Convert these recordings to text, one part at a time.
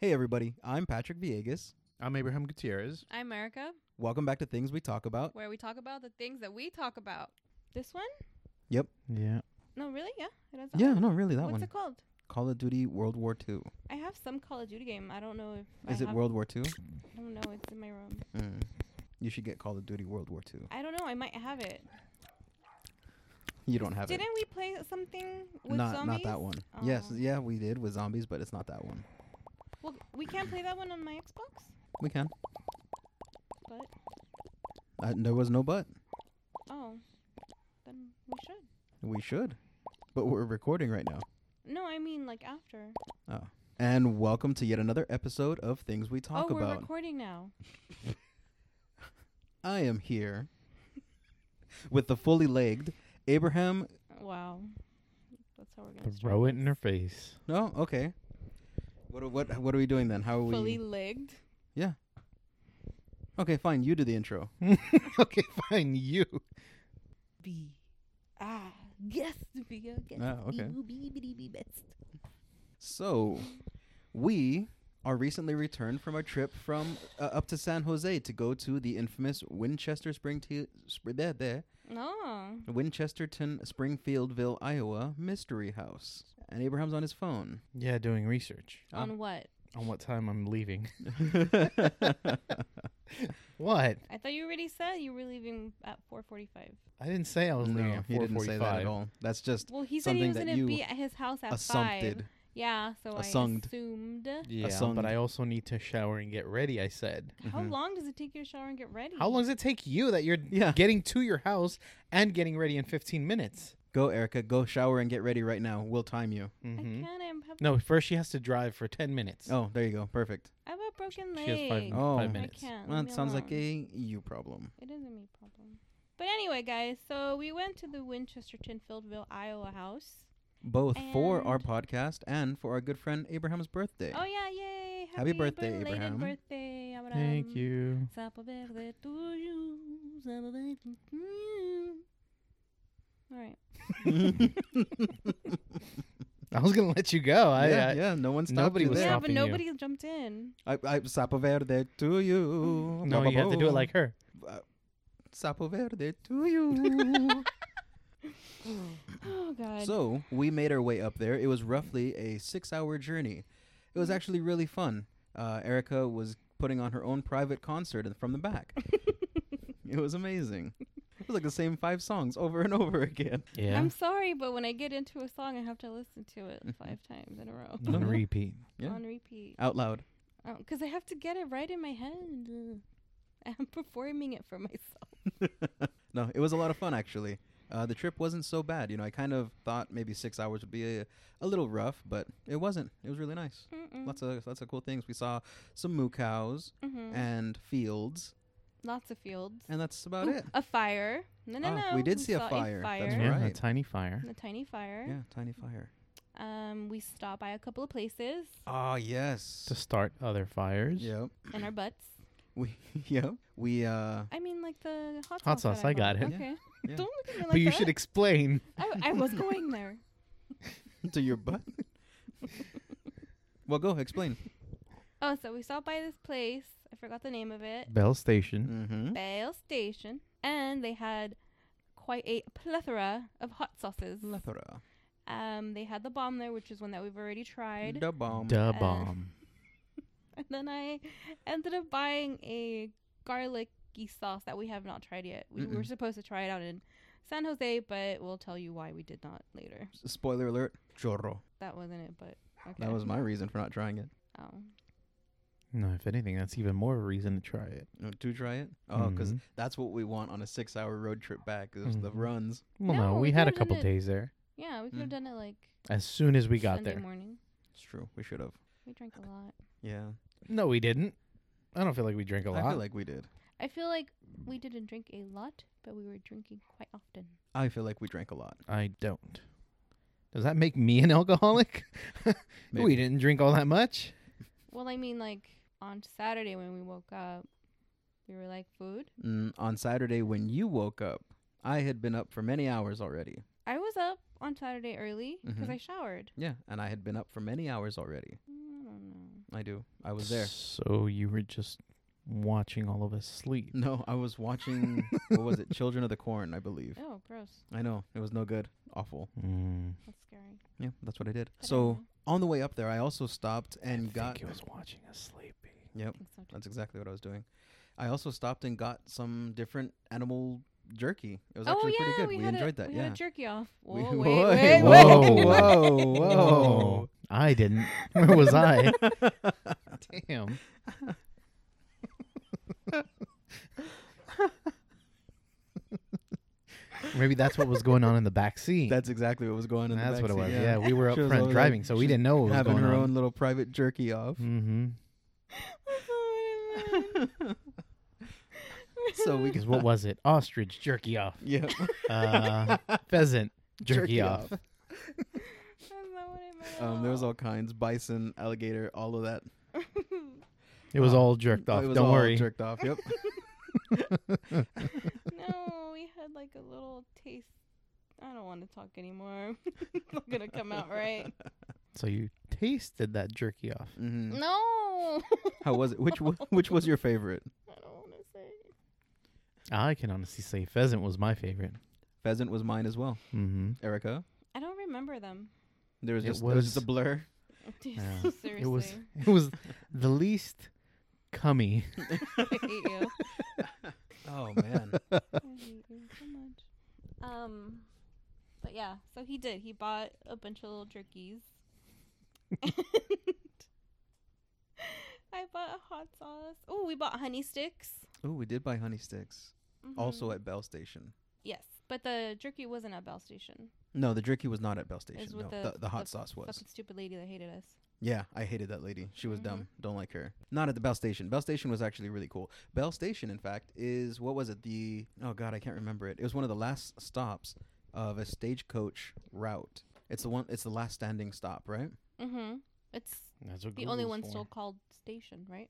Hey, everybody, I'm Patrick Viegas. I'm Abraham Gutierrez. I'm America, Welcome back to Things We Talk About. where we talk about the things that we talk about. This one? Yeah. No, really? Yeah. It is on. Yeah, no, really, that What's one. it called? Call of Duty World War II. I have some Call of Duty game. I don't know if Is I it have- World War II? I don't know. It's in my room. Mm. You should get Call of Duty World War II. I don't know. I might have it. You don't have Didn't it. we play something with not not zombies? that one. Yes, Oh. yeah, we did with zombies, but it's not that one. Well, we can't play that one on my Xbox. We can. But Uh, there was no but. oh, then we should. We should. But we're recording right now. No, I mean like after. And welcome to yet another episode of Things We Talk oh, we're About. recording now. I am here with the fully legged Abraham. Wow. That's how we're gonna start. Throw it in her face. No, okay. What are- what what are we doing then? How are we? Fully legged. Okay, fine. You do the intro. okay, fine. You. be ah yes be a guest. Ah, okay. You be be be best. So, we are recently returned from a trip from uh, up to San Jose to go to the infamous Winchester Spring sp- there, there, No. Winchesterton Springfieldville, Iowa mystery house. And Abraham's on his phone. Yeah, doing research Ah. On what? on what time I'm leaving. What? I thought you already said you were leaving at 4:45. I didn't say I was leaving no, at he didn't say that at 4:45. all. That's just Well, he said he Something was that gonna you be at his house at assumpted. five. Yeah, so Assumed. I assumed. Yeah, song. but I also need to shower and get ready. I said. How Mhm. long does it take you to shower and get ready? How long does it take you that you're Yeah. getting to your house and getting ready in 15 minutes? Go, Erica. Go shower and get ready right now. We'll time you. I Mm-hmm. can't. I'm have, No, first she has to drive for 10 minutes. Oh, there you go. Perfect. I have a broken leg. She has five, Oh. five I minutes. can't. Well, leave that me sounds like alone. a you problem. It is a me problem. But anyway, guys, so we went to the Winchesterton Fieldville, Iowa house. Both for our And- podcast and for our good friend Abraham's birthday. Oh yeah, yay! Happy birthday, belated Abraham. birthday, Abraham. Thank you. Happy birthday to you. Happy birthday to you. All right. I was going to let you go. I, yeah, I, yeah, no one stopped nobody you was there. yeah, but stopping you. nobody jumped in. I, I Sapo Verde to Mm. you. No, you have to do it like her. Sapo Verde to you. Oh God. so we made our way up there. It was roughly a six-hour journey. It Mm-hmm. was actually really fun. Uh, Erica was putting on her own private concert in- from the back. it was amazing. It was like the same five songs over and over again. Yeah. I'm sorry, but when I get into a song, I have to listen to it five times in a row No, on no. repeat. Mm-hmm. Yeah. on repeat. Out loud. Oh, 'cause I have to get it right in my head. I'm performing it for myself. No, it was a lot of fun actually. Uh, the trip wasn't so bad. You know, I kind of thought maybe six hours would be a, a little rough, but it wasn't. It was really nice. Mm-mm. Lots of lots of cool things. We saw some moo cows Mhm. and fields, Lots of fields. and Mm-hmm. that's about Ooh, it. A fire. No, no, Ah, no. we did see a saw fire. That's fire. right. Yeah, a tiny fire. A tiny fire. Yeah, tiny fire. Um, we stopped by a couple of places Ah, yes. To start other fires. Yep. in our butts. We yep. We uh. I mean, like the hot sauce. Hot sauce, that I got bought. it. Yeah. Okay. Yeah. Don't look at me like but you that. should explain. I, I was going there. to your butt. well, go explain. Oh, so we stopped by this place. I forgot the name of it. Bell Station. Mm-hmm. Bale Station, and they had quite a plethora of hot sauces. Plethora. Um, they had the bomb there, which is one that we've already tried. Da bomb. Da Uh, bomb. And then I ended up buying a garlicky sauce that we have not tried yet. We were Mm-mm. supposed to try it out in San Jose, but we'll tell you why we did not later. S- Spoiler alert. Chorro. That wasn't it, but okay. That was my reason for not trying it. Oh. No, if anything, that's even more of a reason to try it. No, to try it. Oh, because Mhm. that's what we want on a six-hour road trip back. Is the Mhm. runs. Well, no, No, we we had a could've done couple it. days there. Yeah, we could have Mm. done it like As soon as we got Sunday there. morning. It's true. We should have. We drank a lot. Yeah. No, we didn't. I don't feel like we drink a lot. I feel like we did. I feel like we didn't drink a lot, but we were drinking quite often. I feel like we drank a lot. I don't. Does that make me an alcoholic? Maybe. we didn't drink all that much. Well, I mean, like on Saturday when we woke up, we were like, food. Mm, on Saturday when you woke up, I had been up for many hours already. I was up on Saturday early because Mhm. I showered. Yeah, and I had been up for many hours already. Mm, I don't know. I do. I was there. So you were just watching all of us sleep. No, I was watching. what was it? Children of the Corn, I believe. Oh, gross. I know it was no good. Awful. Mm. That's scary. Yeah, that's what I did. I don't so know. on the way up there, I also stopped and I got. think it was watching us sleeping. I Yep, think so too. that's exactly what I was doing. I also stopped and got some different animal jerky. It was oh actually yeah, pretty good. We, had enjoyed a, that. We yeah. had a jerky off. Whoa, We- Whoa, wait, wait, whoa, wait. whoa, whoa. I didn't. Where was I? Damn. Maybe that's what was going on in the back seat. That's exactly what was going on. in the That's what it backseat, was. Yeah, we were up She was over front there driving, so we just didn't know what was having going her on. own little private jerky off. Mm-hmm. so we Because what was it? Ostrich jerky off. yeah Uh, pheasant jerky, off. That's not what I meant at Um, there was all. all kinds: bison, alligator, all of that. It was Uh, all jerked off. It was Don't all worry. Jerked off. Yep. no, we had like a little taste. I don't want to talk anymore. it's not gonna come out right. so you tasted that jerky off. hmm No, How was it? Which wa- which was your favorite? I don't want to say. I can honestly say pheasant was my favorite. Pheasant was mine as well. Mm-hmm. Erica, I don't remember them. there was It just, there was was- just a blur. Yeah. Seriously, It was it was the least cummy. I hate you. Oh man. I hate you so much. Um, but yeah, so he did. He bought a bunch of little jerkies. and I bought a hot sauce. Oh, we bought honey sticks. Mm-hmm. oh, we did buy honey sticks. Mm. Also at Bell Station. Yes, but the jerky wasn't at Bell Station. No, the jerky was not at Bell Station. with No, the- the, the hot the sauce was. Fucking stupid lady that hated us. Yeah, I hated that lady. She was Mhm. dumb. Don't like her. Not at the Bell Station. Bell Station was actually really cool. Bell Station, in fact, is what was it? The oh god, I can't remember it. It was one of the last stops of a stagecoach route. It's the one. It's the last standing stop, right? Mm-hmm. It's That's what the only one still called station, right?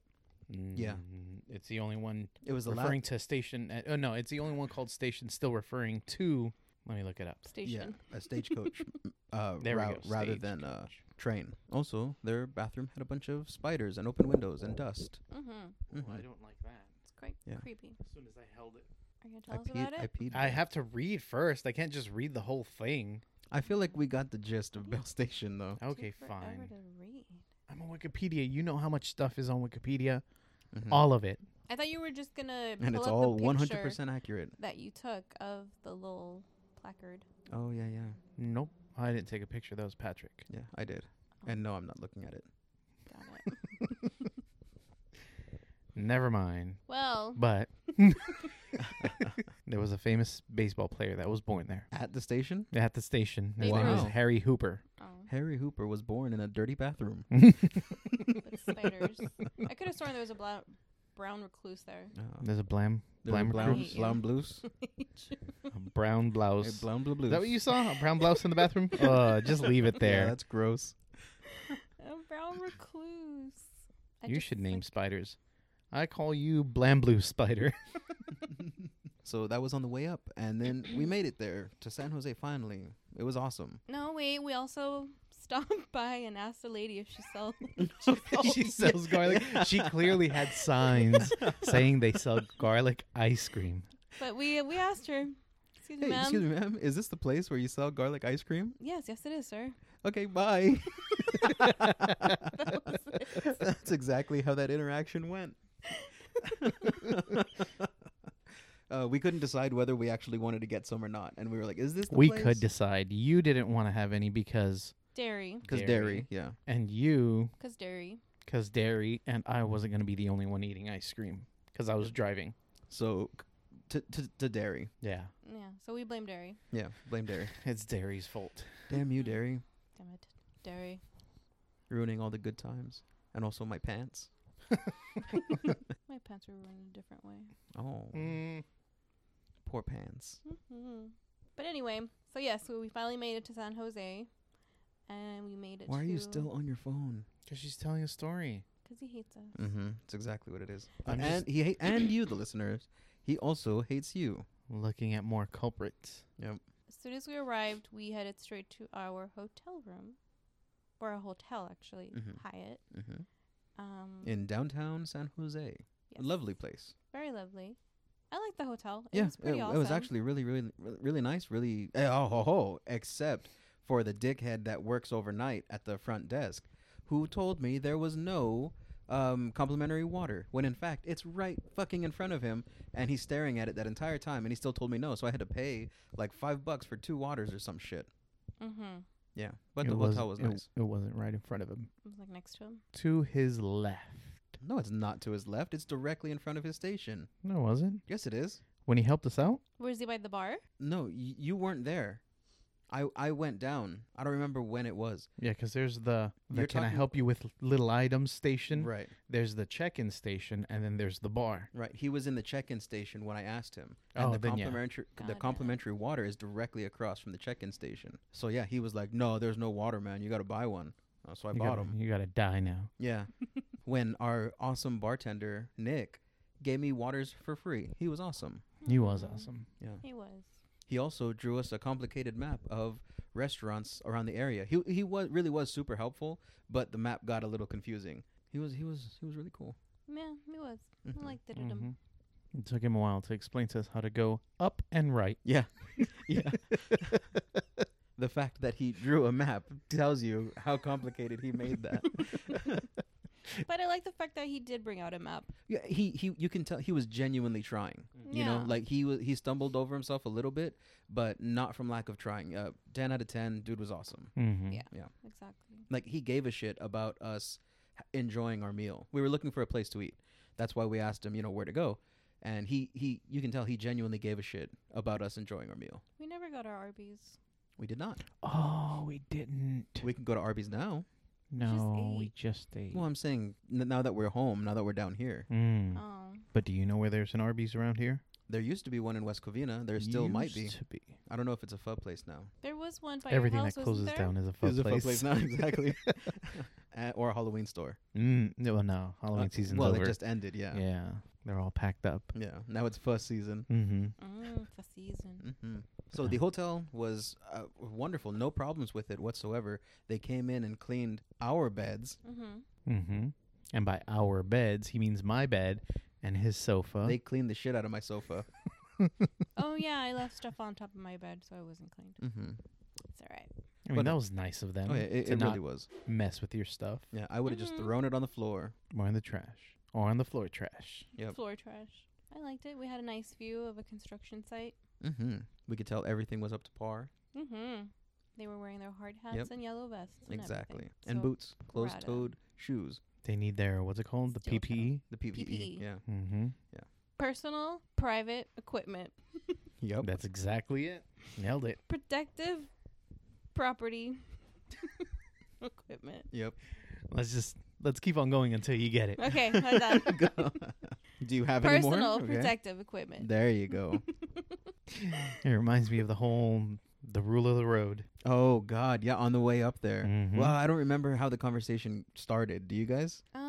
Yeah. Mm, It's the only one It was the referring to station. At, oh no, it's the only one called station still referring to. Let me look it up. last. Yeah, Station. a stagecoach m- uh, There we route go, rather stage than uh, coach. train. Also, their bathroom had a bunch of spiders and open windows and dust. Mm-hmm. Mhm. don't like that. It's quite Yeah. creepy. As soon as I held it, Are you gonna I tell us peed. about it? I peed. I have to read first. I can't just read the whole thing. I feel like we got the gist of Bell Station, though. Took Okay, forever fine. to read. I'm on Wikipedia. You know how much stuff is on Wikipedia. Mhm. All of it. I thought you were just gonna and pull it's up all the one hundred picture percent accurate. that you took of the little placard. Oh yeah, yeah. Nope. I didn't take a picture. That was Patrick. Yeah, I did. And no, I'm not looking at it. Got it. Never mind. well, But there was a famous baseball player that was born there At the station, at the station. His name was Wow. Harry Hooper. oh, Harry Hooper was born in a dirty bathroom. with spiders. I could have sworn there was a bla- brown recluse there. Uh, There's a blam, blam, Blown, recruit, Yeah. blown blues. a brown blouse. Hey, blown blue blues. Is that what you saw? A brown blouse in the bathroom? Uh, just leave it Yeah, there. that's gross. a brown recluse. I you just should name like- spiders. I call you Blam Blue Spider. So that was on the way up, and then we made it there to San Jose. Finally, it was awesome. No, wait. We also stopped by and asked the lady if she sells. she sells garlic. She clearly had signs saying they sell garlic ice cream. but we we asked her. Excuse me, Hey, ma'am. excuse me, ma'am. Is this the place where you sell garlic ice cream? Yes, yes, it is, sir. Okay, bye. That's exactly how that interaction went. uh, we couldn't decide whether we actually wanted to get some or not, and we were like, "Is this the We could decide. You didn't want to have any because, Dairy, because dairy. Dairy. yeah, and you cause dairy. because dairy, and I wasn't going to be the only one eating ice cream because I was driving. so c- to to to dairy, Yeah, Yeah. So we blame dairy. yeah, blame dairy. it's dairy's fault. Damn you, dairy, Damn it, dairy. ruining all the good times, and also my pants. My pants were ruined a different way. Oh, Mm. poor pants. hmm But anyway, so yes, so we finally made it to San Jose, and we made it. Why are you to- still on your phone? Because she's telling a story. 'cause he hates us. Mm-hmm. It's exactly what it is. Uh, I'm and just- he hate and you, the listeners. He also hates you. Looking at more culprits. As soon as we arrived, we headed straight to our hotel room, or a hotel actually, Mhm. Hyatt. Um, Mm-hmm. in downtown San Jose. Yes. Lovely place. Very lovely. I like the hotel. It yeah, was pretty it, awesome. it was actually really, really, really really nice. Really, eh, oh ho ho! Except for the dickhead that works overnight at the front desk, who told me there was no um, complimentary water when in fact it's right fucking in front of him, and he's staring at it that entire time, and he still told me no. So I had to pay like five bucks for two waters or some shit. Mm-hmm. Yeah, but It the hotel was wasn't- it, nice. It wasn't right in front of him. It was like next to him. To his left. No, it's not to his left. It's directly in front of his station. No, it wasn't. Yes, it is. When he helped us out? Was he by the bar? No, y- you weren't there. I I went down. I don't remember when it was. Yeah, 'cause there's the, the You're can I talking- help you with little items station. Right, There's the check-in station, and then there's the bar. right. He was in the check-in station when I asked him. And Oh, the then yeah. complimentary Got the it. complimentary water is directly across from the check-in station. So yeah, he was like, "No, there's no water, man. You got to buy one." Uh, so I you bought gotta, him. You gotta die now. Yeah. when our awesome bartender Nick gave me waters for free, he was awesome. He was Mm-hmm. Aw. awesome. Yeah. He was. He also drew us a complicated map of restaurants around the area. He he was really was super helpful, but the map got a little confusing. He was he was he was really cool. Yeah, he was. Mhm. I liked it. Mhm. It took him a while to explain to us how to go up and right. Yeah. yeah. the fact that he drew a map tells you how complicated he made that. But I like the fact that he did bring out a map. yeah, he he you can tell he was genuinely trying. You know, Yeah. like he was he stumbled over himself a little bit, but not from lack of trying. Uh, 10 out of 10, dude was awesome. Mm-hmm. Yeah. Yeah. Exactly. like he gave a shit about us h- enjoying our meal. We were looking for a place to eat. That's why we asked him, you know, where to go. And he he you can tell he genuinely gave a shit about us enjoying our meal. We never got our Arby's. We did not. Oh, we didn't. We can go to Arby's now. no, we ate. just ate. Well, I'm saying n- now that we're home, now that we're down here, Mm. Oh. But do you know where there's an Arby's around here? there used to be one in West Covina. There still might be. Used to be. I don't know if it's a pub place now. There was one by Everything your that house, closes wasn't there? down is a fun place. now, exactly. Uh, or a Halloween store. Mm, no, no. Uh, Halloween season's well, over. it just ended. Yeah. yeah. yeah, they're all packed up. Now it's fuss season. Mm-hmm. Mm, it's a season. hmm So Yeah. the hotel was uh, wonderful. No problems with it whatsoever. They came in and cleaned our beds. Mm-hmm. Mm-hmm. And by our beds, he means my bed and his sofa. They cleaned the shit out of my sofa. Oh yeah, I left stuff on top of my bed, so I wasn't cleaned. Mm-hmm. It's all right. I mean, but that no. was nice of them Oh, yeah, it, to it not really was. mess with your stuff Yeah, I would have Mhm. just thrown it on the floor. or in the trash or on the floor trash. Yep. Floor trash. I liked it. We had a nice view of a construction site. Mm-hmm. We could tell everything was up to par. Mm-hmm. They were wearing their hard hats Yep. and yellow vests. And exactly. everything. And So, boots, proud closed of toed shoes, They need their what's it called? The E? Steel toe. PPE. the PPE. PPE. Yeah. Mm-hmm. Personal, private equipment, Yep. That's exactly it. Nailed it. protective property equipment. Yep. Let's just let's keep on going until you get it. Okay, how's that? Go. Do you have any Personal more? Okay. protective equipment. There you go. It reminds me of the whole the rule of the road. oh God, yeah. On the way up there. Mhm. Well, I don't remember how the conversation started. Do you guys? Um.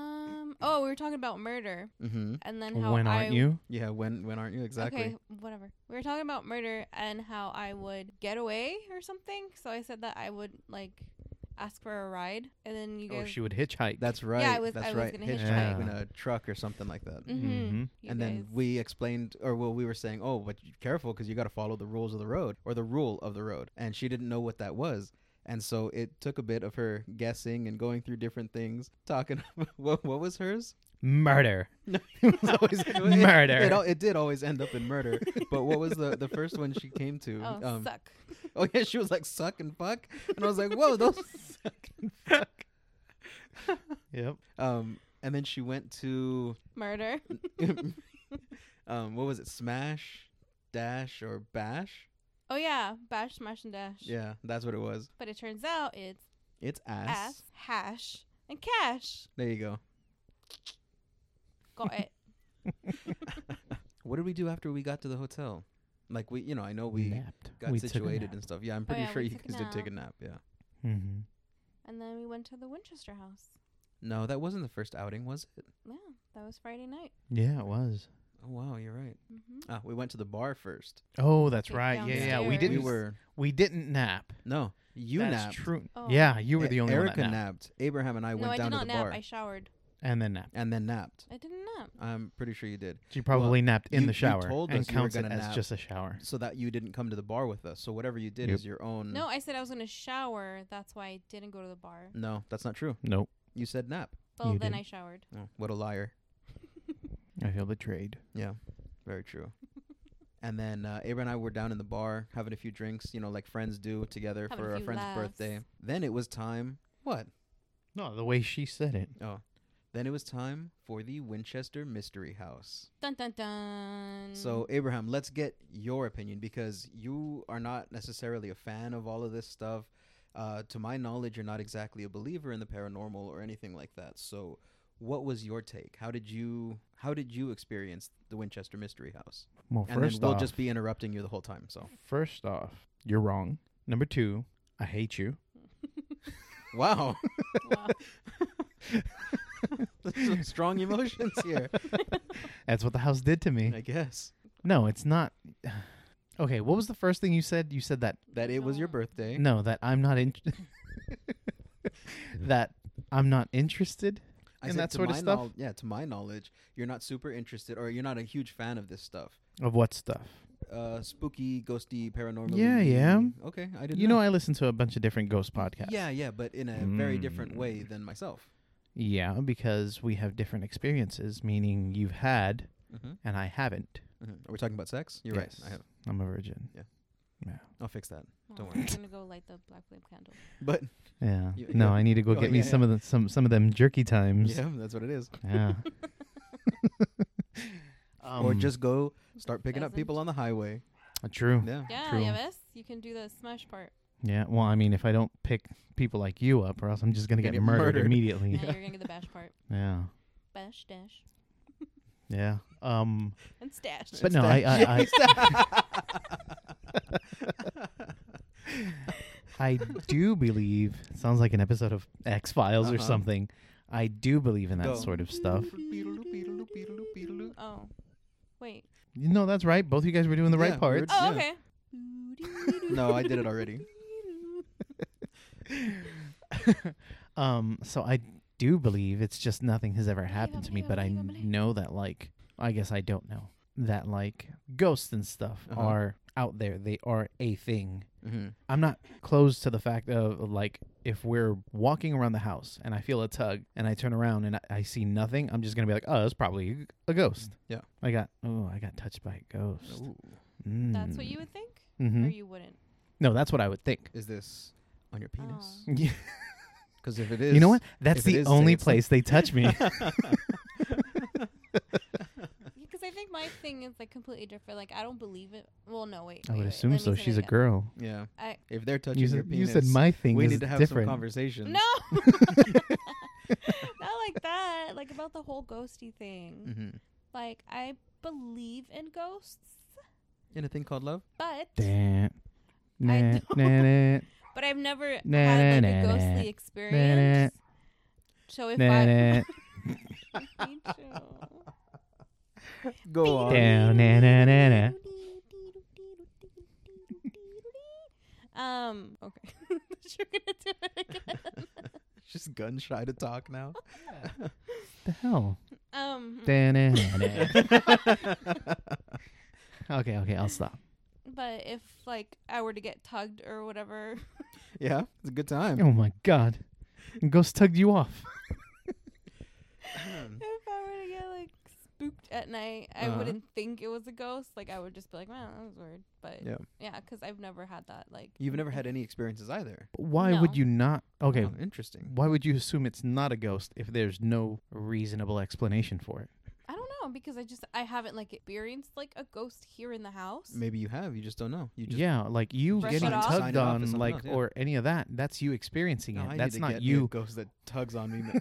Oh, we were talking about murder, Mm-hmm. and then how When I aren't you? Yeah, when when aren't you exactly? Okay, whatever. We were talking about murder and how I would get away or something. So I said that I would like ask for a ride, and then you Oh, guys. she would hitchhike. That's right. was- That's I was right. gonna Hitchhike hitchhike. in a truck or something like that. Mhm. Mhm. You And then guys- we explained, or well, we were saying, oh, but you- careful because you got to follow the rules of the road or the rule of the road. And she didn't know what that was. And so it took a bit of her guessing and going through different things, talking. what, what was hers? murder. It was always- it- Murder. It, al- it did always end up in murder. but what was the, the first one she came to? Oh, Um, suck. oh, yeah, she was like, suck and fuck. And I was like, whoa, those Yep. Um, and then she went to Murder. um, what was it? Smash, dash, or bash? Oh, yeah. Bash, smash, and dash. Yeah, that's what it was. But it turns out it's It's ass. ass, hash, and cash. There you go. Got it. What did we do after we got to the hotel? Like we, you know, I know we napped. got situated and stuff. Yeah, I'm pretty Oh, yeah, sure we you took a guys did take a nap. Yeah. Mm-hmm. and then we went to the Winchester house. No, that wasn't the first outing, was it? Yeah, that was Friday night. Yeah, it was. Oh wow, you're right. hmm Ah, we went to the bar first. Oh, that's Get right. Yeah, yeah. We downstairs. didn't. We were We didn't nap. no. You that's napped. true. Oh. Yeah, you were E- the only Erica one that napped. napped. Abraham and I No, went I down did to not the nap. bar. I showered. and then napped. and then napped. I didn't nap. I'm pretty sure you did, She probably napped in you- the you shower told and us you were counts it gonna as nap. just a shower. so that you didn't come to the bar with us. So whatever you did Yep. is your own. No, I said I was gonna shower. That's why I didn't go to the bar. no, that's not true. Nope. You said nap. Well, You then did. I showered. Oh, what a liar. I feel betrayed. Yeah, very true. and then uh, Abra and I were down in the bar having a few drinks, you know, like friends do together Having a for a few friend's laughs. birthday. Then it was time. What? No, the way she said it. Oh, then it was time for the Winchester Mystery House. Dun dun dun. So Abraham, let's get your opinion because you are not necessarily a fan of all of this stuff. Uh, to my knowledge, you're not exactly a believer in the paranormal or anything like that. So, what was your take? How did you how did you experience the Winchester Mystery House? Well, And first then we'll off, just be interrupting you the whole time. So, first off, you're wrong. Number two, I hate you. wow, wow. some strong emotions here. That's what the house did to me. I guess No, it's not. Okay, what was the first thing you said? You said that that it was your birthday. no, that I'm not in. that I'm not interested. I and said that to sort of my stuff? knowl- yeah, to my knowledge, you're not super interested, or you're not a huge fan of this stuff. Of what stuff? uh spooky, ghosty, paranormal. Yeah, I am. Okay, I didn't. You know, I listen to a bunch of different ghost podcasts. Yeah, yeah, but in a very different Mm. way than myself. Yeah, because we have different experiences, meaning you've had Mm-hmm. and I haven't. Are we talking about sex? You're Yes. right. I have. I'm a virgin. I'll fix that. Don't I'm worry. gonna go light the black flame candle. But Yeah. You- no, yeah. I need to go Oh, get me yeah, some of the some some of them jerky times. yeah, that's what it is. Yeah. or Um, just go start picking up Pheasant. people on the highway. true. Yeah. Yeah, True. yeah, yes. You can do the smash part. Yeah. Well, I mean, if I don't pick people like you up, or else I'm just gonna Gonna get get murdered, murdered. immediately. And you're gonna get the bash part. Yeah. Bash, dash, Yeah. Um. and stash. But no, I I, I I do believe. Sounds like an episode of X Files or Uh-huh. something. I do believe in that Go. sort of stuff. Oh, wait. You know, that's right. Both you guys were doing the Yeah, right we're parts. Oh, Yeah. okay. no, I did it already. Um, so I do believe it's just nothing has ever happened to me, but I Believe, I believe, I believe. know that like I guess I don't know that like ghosts and stuff Uh-huh. are out there. They are a thing. Mm-hmm. I'm not closed to the fact of like if we're walking around the house and I feel a tug and I turn around and I, I see nothing, I'm just gonna be like, oh, it's probably a ghost. Yeah. I got oh, I got touched by a ghost. That's what you would think, Mm-hmm. Hmm? or you wouldn't. no, that's what I would think. Is this on your penis? Oh. Because if it is, you know what? That's if it the is, say only it's not. place they touch me. Because I think my thing is like completely different. Like I don't believe it. Well, no, wait. I wait, would wait, assume let me so. say that She's a again. girl. Yeah. I- if they're touching You your said, penis, you said my thing we is need to have different. some conversations. No, not like that. Like about the whole ghosty Mm. thing. Mm-hmm. Like I believe in ghosts, In a thing called love. but Damn. I Nah, don't- nah, nah. but I've never Nah, had like nah, nah. a ghostly Nah, experience. So if Nah, I nah. Me too. Go on. Down, na, na, na, na. Um. Okay. You're gonna do it again. She's gun shy to talk now. the hell? Um. Nah, nah, nah, nah. okay, okay, I'll stop. But if like I were to get tugged or whatever, yeah, it's a good time. Oh my god. Ghost tugged you off. if I were to get like spooked at night, I Uh-huh. wouldn't think it was a ghost. Like I would just be like, "Wow, that was weird." But Yeah. yeah, because I've never had that. Like You've never had any experiences either. Why No. would you not? Okay, Oh, interesting. why would you assume it's not a ghost if there's no reasonable explanation for it? I don't know because I just I haven't like experienced like a ghost here in the house. Maybe you have. You just don't know. You just yeah, like you Brush getting it off? Sign tugged it off as on, something like, else, yeah. or any of that. That's you experiencing No, I it. need That's to not get me A you. ghost that tugs on me. ma-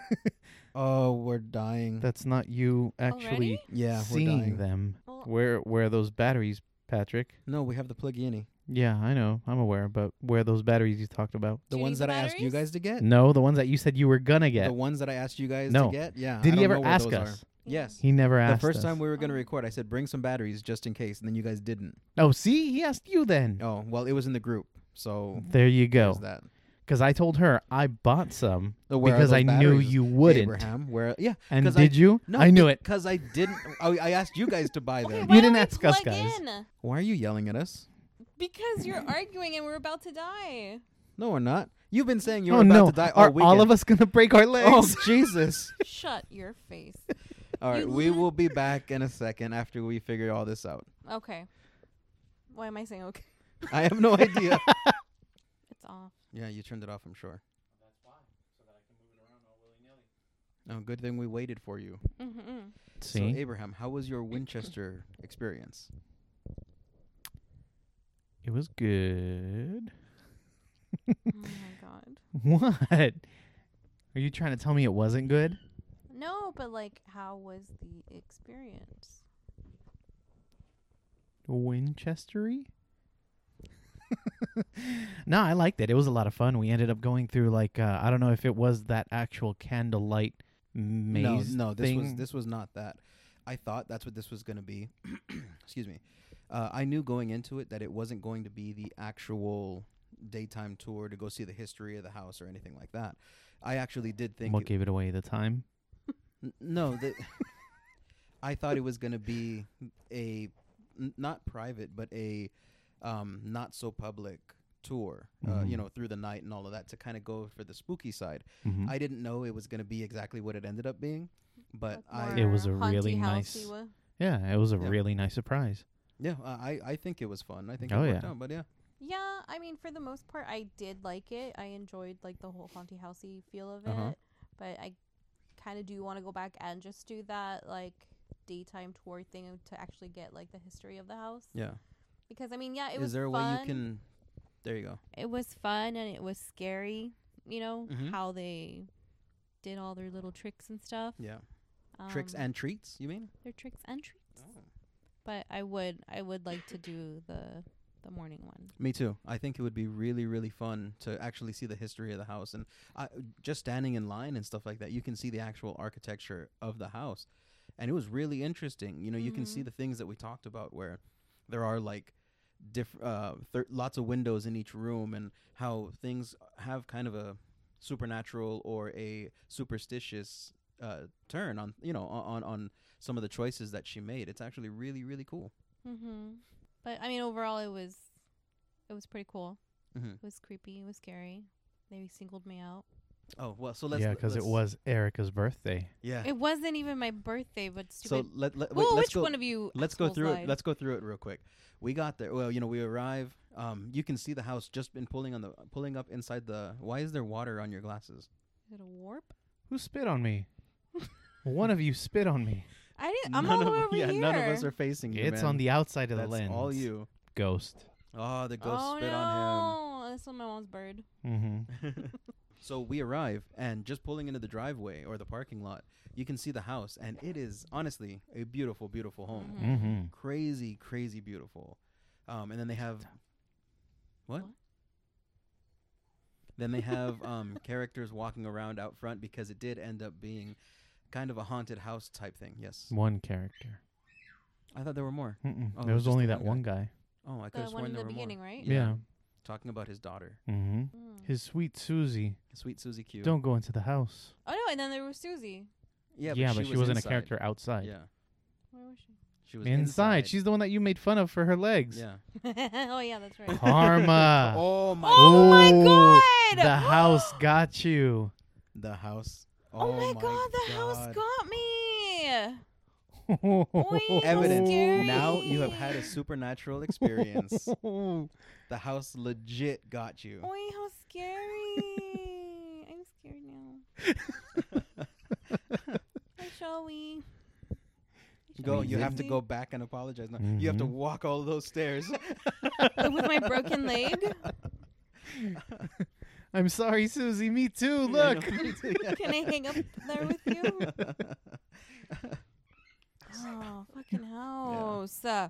oh, we're dying. That's not you actually. Already? yeah, we're seeing dying. them. Well- Where where are those batteries, Patrick? No, we have the plug yinny. Yeah, I know, I'm aware, but where are those batteries you talked about? The Do you ones need the that I asked you guys batteries? to get. Uh, No, the ones that you said you were gonna The get. ones that I asked you guys No. to get. Yeah. I Did he don't ever know where ask those us? are. Yes. He never The asked. first us. time we were going to record, I said bring some batteries just in case, and then you guys didn't. Oh, see, he asked you then. Oh, well, it was in the group, so There you go. there's that. because I told her I bought some The where are because those I knew batteries? you wouldn't. Abraham, where? Yeah, And 'cause did I- you? no, I knew it. because I didn't. I, I asked you guys to buy them. You Why didn't don't we ask us, plug guys. in? Why are you yelling at us? Because you're arguing and we're about to die. No, we're not. You've been saying you were Oh about no! to die all Are all weekend. of us gonna break our Oh legs? Jesus! Shut your face. All right, You we lit- will be back in a second after we figure all this out. Okay. Why am I saying okay? I have no idea. It's off. yeah, you turned it off. I'm sure. Oh, good thing we waited for you. Mm-hmm. So, See, Abraham, how was your Winchester experience? it was good. Oh my god. What? Are you trying to tell me it wasn't good? No, but like, how was the experience? Winchestery? no, I liked it. It was a lot of fun. We ended up going through like uh, I don't know if it was that actual candlelight maze. No, no, this was thing. this was not that. I thought that's what this was going to be. Excuse me. Uh, I knew going into it that it wasn't going to be the actual daytime tour to go see the history of the house or anything like that. I actually did think What it- gave it away? The time. N- No, the, I thought it was going to be a n- not private, but a um, not so public tour. Uh, you Mhm. know, through the night and all of that to kind of go for the spooky side. Mhm. I didn't know it was going to be exactly what it ended up being, but Like I It more was a haunty really house-y nice- wa- yeah, it was a Yeah. really nice surprise. yeah, uh, I I think it was fun. I think Oh, it worked yeah. out, but yeah, Yeah, I mean, for the most part, I did like it. I enjoyed like the whole haunty housey feel of Uh-huh. it, but I kind of do want to go back and just do that like daytime tour thing to actually get like the history of the house. yeah. Because I mean, yeah, it Is was. there a fun. way you can? There you go. It was fun and it was scary. You know Mhm. how they did all their little tricks and stuff. Yeah, Um, tricks and treats. You mean? their tricks and treats. But I would, I would like to do the the morning one. Me too. I think it would be really, really fun to actually see the history of the house and I, just standing in line and stuff like that. You can see the actual architecture of the house, and it was really interesting. You know, you can see Mhm. the things that we talked about where there are like diff- uh, thir- lots of windows in each room and how things have kind of a supernatural or a superstitious uh, turn on you know on on some of the choices that she made. It's actually really, really cool. Mm-hmm. But I mean, overall, it was it was pretty cool. hmm It was creepy. It was scary. They singled me out. Oh well, so Yeah, let's 'cause yeah, because it let's- was Erica's birthday. yeah. It wasn't even my birthday, but So stupid. let, let wait, well, let's which go. one of you? let's go assholes through it. lied? Let's go through it real quick. We got there. Well, you know, we arrive. Um, you can see the house just been pulling on the pulling up inside the. Why is there water on your glasses? Is it a warp? Who spit on me? One of you spit on me. I didn't. I'm none all the way of, over yeah, here. none of us are facing you. It's man. on the outside of That's the lens. all you. Ghost. Oh, the ghost oh spit no! on him. This was my mom's bird. Mm-hmm. so we arrive and just pulling into the driveway or the parking lot, you can see the house, and it is honestly a beautiful, beautiful home. Mhm. Mm-hmm. Crazy, crazy beautiful. Um, and then they have what? What? Then they have um, characters walking around out front because it did end up being kind of a haunted house type thing. Yes, One character. I thought there were more. Mm-mm. Oh, it there was was just only the that one one guy. Oh, I could The have one sworn in there the were beginning, more. right? Yeah. talking about his daughter, Mm-hmm. Mm. His sweet Susie. sweet Susie Q. Don't go into the house. Oh no! And then there was Susie. yeah, but, she, she, was wasn't inside. a character outside. Yeah, Where was she? she was Inside. She's the one that you made fun of for her legs. yeah. oh yeah, that's right. Karma. oh my! Oh my Ooh, god! The house got you. The house. Oh, my, god, the house God. got me. Evidence. Scary. Now you have had a supernatural experience. Ooh. the house legit got you. Oi, how scary. I'm scared now. Hi, shall we? Hi, Go. shall You have to Susie? go back and apologize. Now. You have to Mm-hmm. Mhm. walk all those stairs. But with my broken leg? I'm sorry, Susie. Me too. I know. Look. Can I hang up there with you? Oh, fucking house. Uh,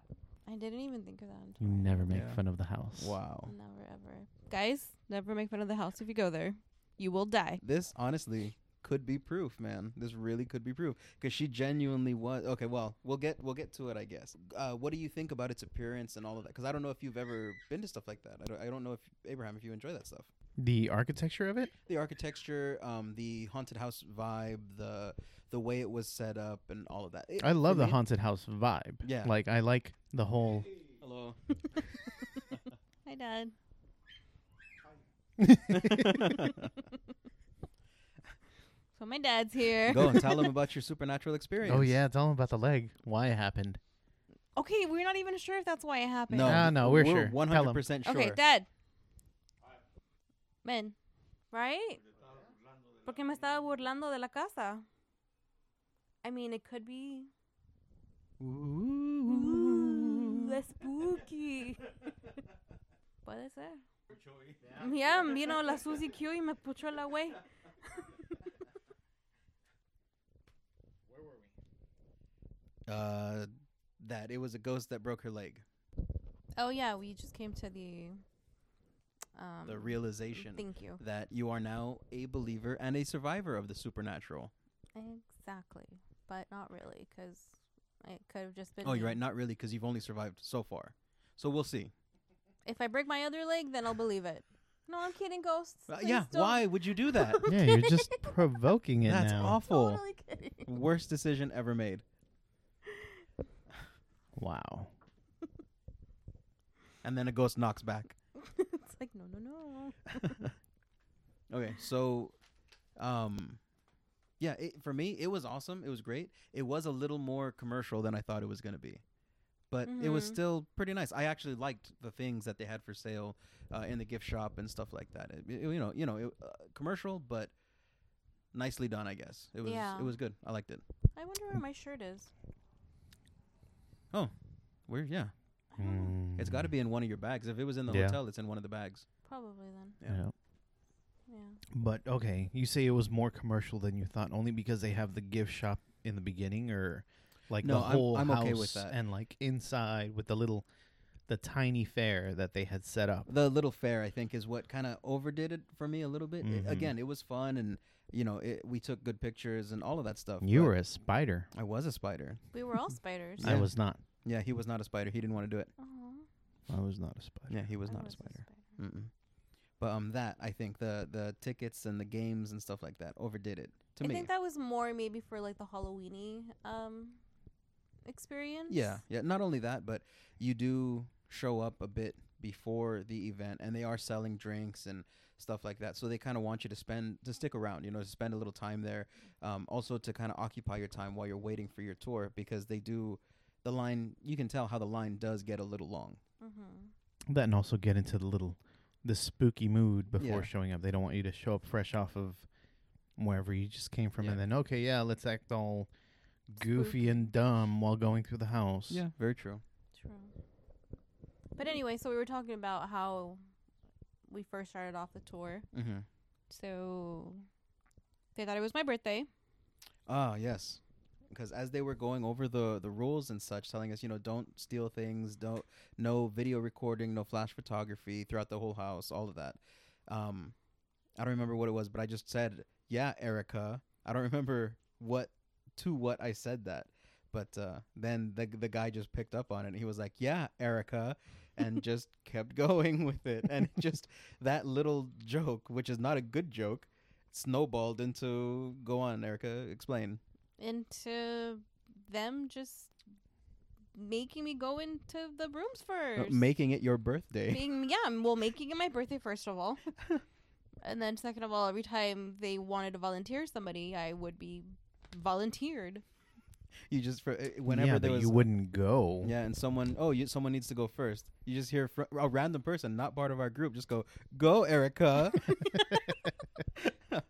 I didn't even think of that. You Until never make Yeah. fun of the house. wow. Never ever. Guys, never make fun of the house if you go there. You will die. This honestly could be proof, man. This really could be proof because she genuinely was. Okay, well, we'll get we'll get to it, I guess. Uh, what do you think about its appearance and all of that? Because I don't know if you've ever been to stuff like that. I don't, I don't know if Abraham, if you enjoy that stuff. The architecture of it? the architecture, um, the haunted house vibe, the the way it was set up, and all of that. It- I love for the me- haunted house vibe. Mm-hmm. Yeah. Like I like the whole Hello. Hi, Dad. So my dad's here. Go and tell them about your supernatural experience. Oh yeah, tell them about the leg. Why it happened. Okay, we're not even sure if that's why it happened. No, No, no, we're sure. Tell 'em. One hundred percent sure. Okay, Dad. Men, right? Porque me estaba burlando de la casa. I mean, it could be. Ooh, that's spooky. Puede ser. Yeah, vino la Susie Q y me puchó la way. uh, that it was a ghost that broke her leg. Oh yeah, we just came to the. Um, The realization Thank you. that you are now a believer and a survivor of the supernatural. Exactly, but not really, 'cause it could have just been. Oh, me. you're right. Not really, because you've only survived so far. So we'll see. If I break my other leg, then I'll believe it. No, I'm kidding, ghosts. Uh, Please yeah. don't. Why would you do that? Yeah, you're just provoking it That's now. awful. Totally kidding. Worst decision ever made. Wow. And then a ghost knocks back. it's like no, no, no. Okay, so, um, yeah, it, for me, it was awesome. It was great. It was a little more commercial than I thought it was going to be, but it was Mhm. still pretty nice. I actually liked the things that they had for sale uh, in the gift shop and stuff like that. It, it- you know, you know, it, uh, commercial, but nicely done. I guess it was. Yeah. It was good. I liked it. I wonder where my shirt is. Where? Yeah, I don't know. it's got to be in one of your bags. If it was in the Yeah. hotel, it's in one of the bags. Probably then. Yeah. Mm, Yeah. Yeah. But okay, you say it was more commercial than you thought, only because they have the gift shop in the beginning, or like No, the I'm- whole I'm house okay with that. and like inside with the little, the tiny fair that they had set up. the little fair i think is what kind of overdid it for me a little bit It- Mhm. again it was fun and you know it, we took good pictures and all of that stuff You but were a spider. i was a spider We were all spiders. Yeah. I was not. yeah he was not a spider he didn't want to do it Aw, I was not a spider. yeah he was I not a spider Mm-mm. but um that i think the the tickets and the games and stuff like that overdid it to I me think that was more maybe for like the Halloweeny um experience. yeah yeah not only that but you do show up a bit before the event and they are selling drinks and stuff like that so they kind of want you to spend to stick around you know to spend a little time there um, also to kind of occupy your time while you're waiting for your tour because they do the line you can tell how the line does get a little long Mm-hmm. That and also get into the little, the spooky mood before Yeah. showing up. They don't want you to show up fresh off of wherever you just came from, Yeah. and then okay, yeah, let's act all goofy and dumb while going through the house. very true True. But anyway, so we were talking about how we first started off the tour. mm-hmm. So they thought it was my birthday. ah yes because as they were going over the the rules and such telling us you know don't steal things don't no video recording no flash photography throughout the whole house all of that um i don't remember what it was but i just said yeah erica i don't remember what to what i said that but uh then the the guy just picked up on it and he was like yeah erica and just kept going with it and it just that little joke which is not a good joke snowballed into go on erica explain into them just making me go into the rooms Uh, first. making it your birthday Being, yeah, m- well, making it my birthday, first of all. and then, second of all, every time they wanted to volunteer somebody, I would be volunteered. you just for, uh, whenever yeah, there but was you wouldn't go. Yeah, and someone, oh, you, someone needs to go first. You just hear fr- a random person, not part of our group, just go, go, Erica.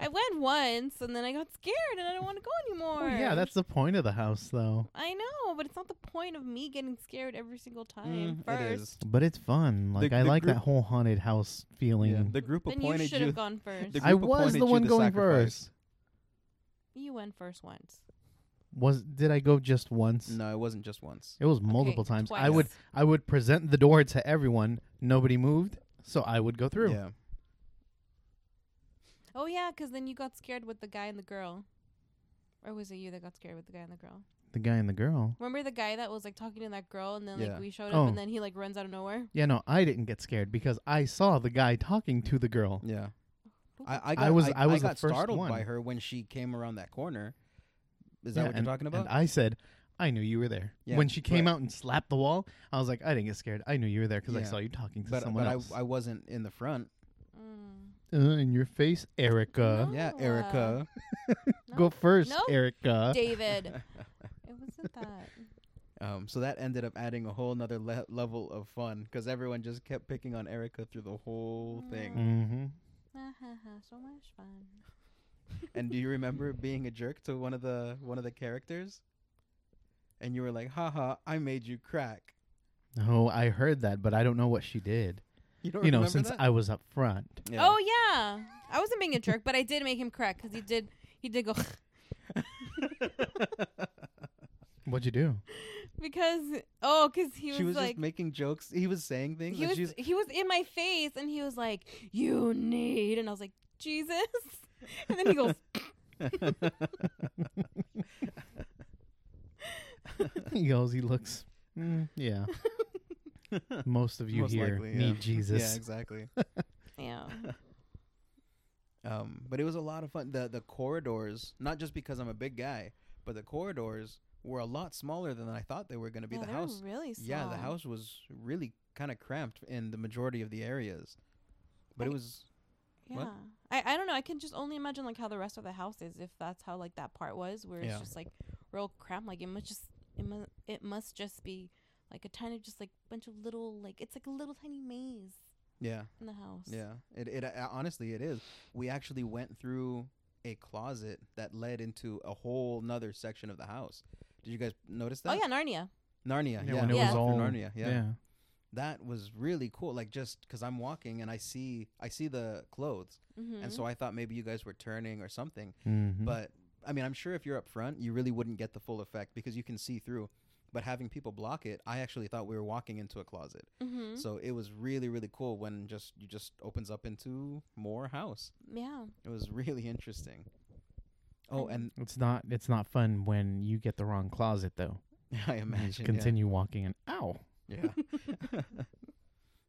I went once and then I got scared and I don't want to go Oh, anymore. yeah, that's the point of the house, though. I know, but it's not the point of me getting scared every single time Mm, first. It is. But it's fun. Like The- I the like that group- whole haunted house feeling. Yeah, the group Then you appointed should you. have gone first. the I group was appointed the you one to going sacrifice. first. you went first once. Was did I go just once? No, it wasn't just once. It was multiple Okay, times. I would twice. I would present the door to everyone. Nobody moved, so I would go through. Yeah. Oh yeah, 'cause then you got scared with the guy and the girl, Or was it you that got scared with the guy and the girl? The guy and the girl. Remember the guy that was like talking to that girl, and then like Yeah. we showed up, Oh. and then he like runs out of nowhere. Yeah, no, I didn't get scared because I saw the guy talking to the girl. Yeah. I, I I, got, was- I, I was the got first startled one. by her when she came around that corner. Is that Yeah, what you're and- talking about? And I said, I knew you were there. Yeah, when she came right. out and slapped the wall, I was like, I didn't get scared. I knew you were there because I Yeah. saw you talking to but someone but I, else. I wasn't in the front. Mm. uh, in your face, Erica. Yeah, No, uh, Erica. Go first, No. Erica. David. it wasn't that. Um, so that ended up adding a whole nother le- level of fun because everyone just kept picking on Erica through the whole thing. mm-hmm. so much fun. and do you remember being a jerk to one of the one of the characters? And you were like, "Haha, I made you crack." Oh, I heard that, but I don't know what she did. You don't You know, remember since that? I was up front. yeah. Oh yeah, I wasn't being a jerk, but I did make him crack because he did. He did go What'd you do? because oh, because he was, she was like just making jokes. He was saying things. he and was she's, he was in my face and he was like, "You need," and I was like, "Jesus," and then he goes, He goes, he looks. Mm, yeah. Most of you Most here likely, yeah. need yeah, Jesus. exactly. "Yeah." Um, but it was a lot of fun. The the corridors, not just because I'm a big guy, but the corridors were a lot smaller than I thought they were going to be. yeah, the they house, were really small. yeah, the house was really kind of cramped in the majority of the areas. But it I- was Yeah, what? I I don't know. I can just only imagine like how the rest of the house is if that's how like that part was where Yeah. it's just like real cramped. Like it must just it must it must just be like a tiny just like bunch of little like it's like a little tiny maze yeah, in the house. yeah. It it uh, honestly it is. We actually went through a closet that led into a whole nother section of the house. Did you guys notice that? Oh yeah, Narnia. Narnia. Yeah, when it we Yeah. was walked through all Narnia. Yeah. yeah. that was really cool. Like just because I'm walking and I see I see the clothes, Mm-hmm. and so I thought maybe you guys were turning or something. Mhm. But I mean, I'm sure if you're up front, you really wouldn't get the full effect because you can see through. But having people block it, I actually thought we were walking into a closet. mm-hmm. So it was really really cool when just you just opens up into more house. yeah. It was really interesting. Oh, and And- It's not it's not fun when you get the wrong closet though. I You imagine yeah. continue walking and ow. Yeah.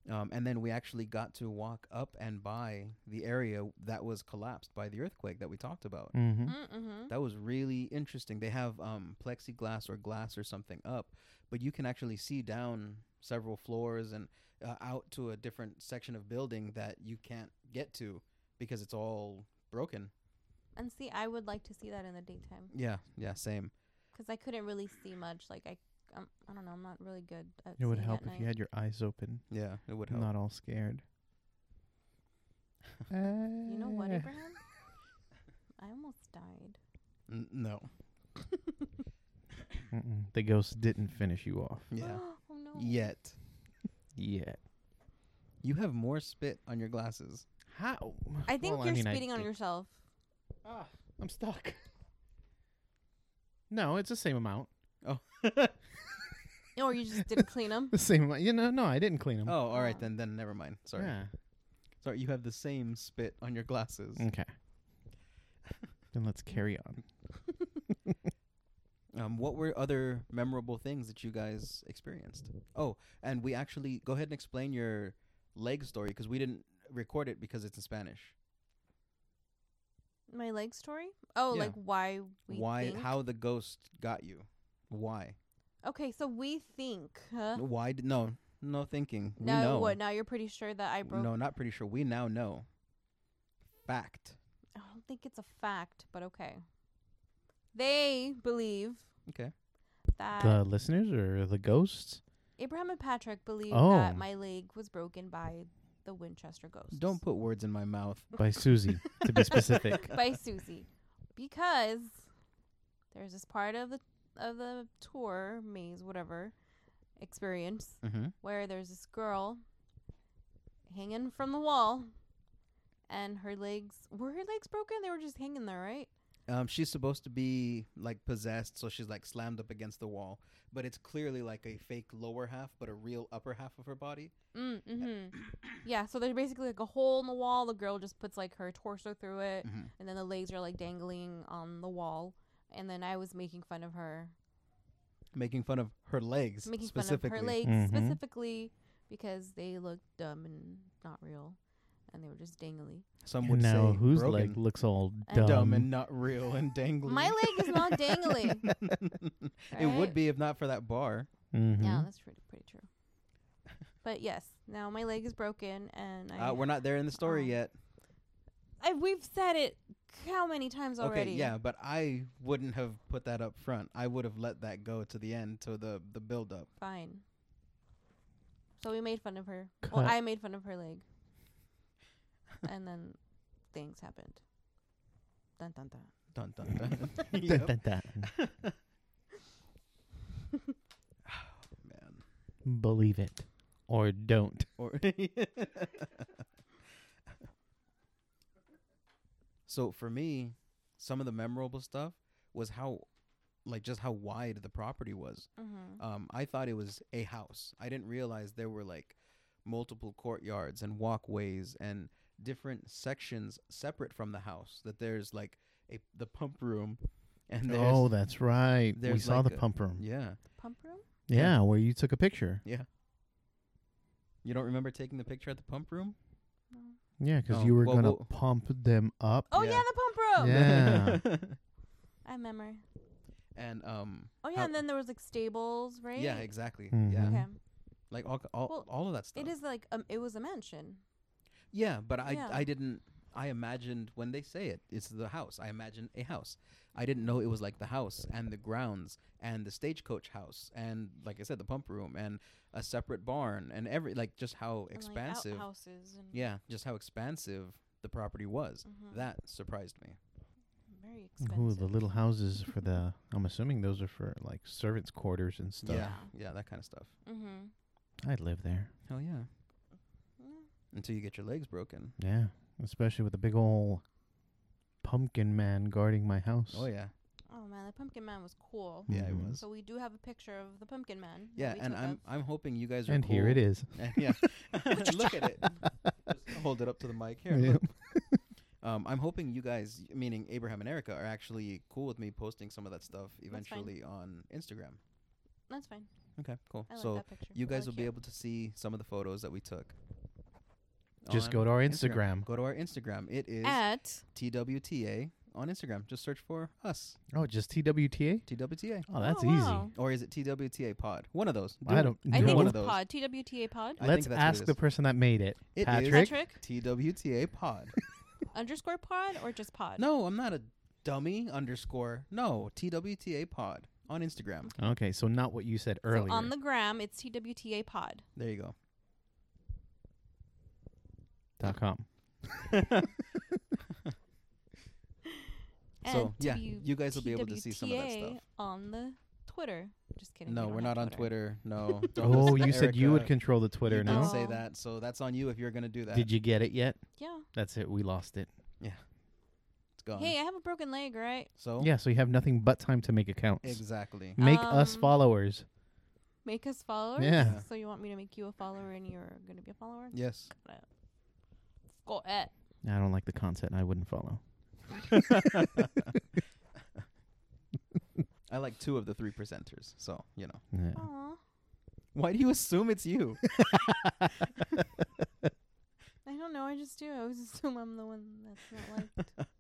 um, and then we actually got to walk up and by the area that was collapsed by the earthquake that we talked about. Mm-hmm. Mm-hmm. That was really interesting. They have um, plexiglass or glass or something up, but you can actually see down several floors and uh, out to a different section of building that you can't get to because it's all broken. And see, I would like to see that in the daytime Yeah, yeah, same. because I couldn't really see much. Like I, um, I don't know. I'm not really good at. It would seeing help if at you night. had your eyes open, Yeah, it would help. not all scared. You know what, Eh. Abraham? I almost died. N- no. Mm-mm. The ghost didn't finish you off Yeah. oh no. Yet. yet. You have more spit on your glasses. How? I think Well, you're mean, I spitting on did- yourself. Ah, I'm stuck. No, it's the same amount. Or you just didn't clean them. The same amount. You know, no, I didn't clean 'em. Oh, all right Oh. then. Then never mind. Sorry. Yeah. Sorry, you have the same spit on your glasses. Okay. then let's carry on. Um, what were other memorable things that you guys experienced? Oh, and we actually go ahead and explain your leg story because we didn't record it because it's in Spanish. My leg story? Oh, Yeah. like why we Why? think? How the ghost got you? Why? Okay, so we think. Huh? Why? Did, no, no thinking. We now know. Uh. what? Now you're pretty sure that I broke. no, not pretty sure. We now know. Fact. I don't think it's a fact, but okay. They believe Okay. that the listeners or the ghosts? Abraham and Patrick believe Oh. that my leg was broken by the Winchester ghost. Don't put words in my mouth. By Susie, to be specific. by Susie because there's this part of the of the tour maze whatever experience Mm-hmm. where there's this girl hanging from the wall and her legs were her legs broken they were just hanging there right Um, she's supposed to be like possessed, so she's like slammed up against the wall. But it's clearly like a fake lower half, but a real upper half of her body. mm, mm-hmm. yeah so there's basically like a hole in the wall the girl just puts like her torso through it Mhm. and then the legs are like dangling on the wall and then I was making fun of her, making fun of her legs making fun of specifically. her legs Mhm. specifically because they looked dumb and not real, and they were just dangly. Some And would now say whose broken. leg looks all And dumb? dumb and not real and dangly. My leg is not dangly. It would right? be if not for that bar. Mhm. Yeah, that's pretty pretty true. But yes, now my leg is broken, and I Uh, we're not there in the story Oh. yet. I, we've said it how many times already? Okay, yeah, but I wouldn't have put that up front. I would have let that go to the end, to the the build up. Fine. So we made fun of her. Well, Cut. I made fun of her leg. and then things happened. Dun dun dun. Dun dun dun. Dun, Yep. dun, dun. Man. Believe it or don't. Or so for me, some of the memorable stuff was how, like, just how wide the property was. Mm-hmm. Um, I thought it was a house. I didn't realize there were like multiple courtyards and walkways and different sections separate from the house. That there's like a the pump room, and there's Oh, that's right. We there's saw like the a- pump room. yeah. Pump room? Yeah, where you took a picture. You don't remember taking the picture at the pump room? No. Yeah, 'cause Oh, you were well, gonna well- pump them up. Oh yeah, Yeah. the pump room. Yeah. I remember. and um, Oh yeah, How- and then there was like stables, right? yeah, exactly. Yeah. Mhm. Okay. like all all, Well, all of that stuff. It Oh. is like um, it was a mansion. Yeah, but I Yeah. I didn't. I imagined when they say it, it's the house. I imagined a house. I didn't know it was like the house and the grounds and the stagecoach house and like I said, the pump room and a separate barn and every like just how and, like, expansive. outhouses and yeah, just how expansive the property was. Mhm. That surprised me. very Ooh, expensive. the little houses for the. I'm assuming those are for like servants' quarters and stuff. Yeah, Yeah. yeah, that kind of stuff. Mm-hmm. I'd live there. Hell yeah! Until you get your legs broken. Yeah, especially with the big old pumpkin man guarding my house. Oh yeah, Oh man, the pumpkin man was cool. yeah, it Mhm. was. So we do have a picture of the pumpkin man. that yeah, we and took I'm of. I'm hoping you guys are. And here it cool. is. And yeah, look at it. Just hold it up to the mic here. Yeah. look. Um, I'm hoping you guys, meaning Abraham and Erica, are actually cool with me posting some of that stuff fine. eventually on Instagram. That's fine. Okay, cool. I so like that picture. you I guys like will be it. able to see some of the photos that we took. Just on go to our Instagram. Go to our Instagram. It is at TWTA on Instagram. Just search for us, Oh, just TWTA. TWTA. Oh, that's Oh, easy. wow. Or is it TWTA Pod? One of those. I don't. I Do know. think one it's of those. Uh, pod twta pod I Let's think that's what it ask the is. person that made it. It is Patrick. Patrick TWTA Pod. underscore pod or just pod. no, I'm not a dummy underscore. No, TWTA Pod on Instagram. Okay, so not what you said earlier. So on the gram, it's twta pod. There you go. dot com. And So, yeah, TW- you guys will be able to see some of that TWTA stuff. on the Twitter. Just kidding. No, we don't we're have not on Twitter. No. Don't Oh, listen to you said you would Erica. control the You Twitter did now. say Oh. that, so that's on you if you're gonna do that. Did you get it yet? Yeah. That's it. We lost it. It's gone. Hey, I have a broken leg, right? so Yeah, so you have nothing but time to make accounts. exactly. Make us Um, followers. Make us followers. Yeah. So you want me to make you a follower and you're gonna be a follower? Yes. Go at. I don't like the content. I wouldn't follow. I like two of the three presenters, so you know. Yeah. Aw. Why do you assume it's you? I don't know. I just do. I always assume I'm the one that's not liked.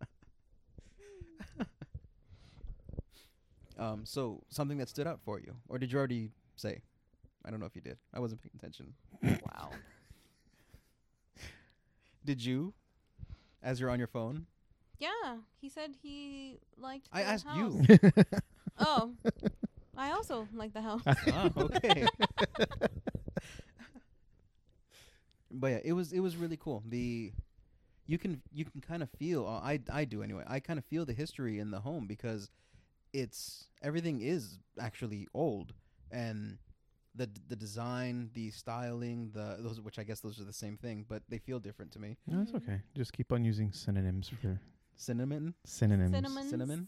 Um, so something that stood out for you, or did you already say? I don't know if you did. I wasn't paying attention. wow. Did you? As you're on your phone, Yeah, he said he liked. I the asked house. you. Oh, I also like the house. oh, okay. but yeah, it was it was really cool. The you can you can kind of feel uh, I I do anyway. I kind of feel the history in the home because it's everything is actually old and the d- the design, the styling, the those which I guess those are the same thing, but they feel different to me. No, it's okay. Just keep on using synonyms for Cinnamon, synonyms. Cinnamon. Cinnamon?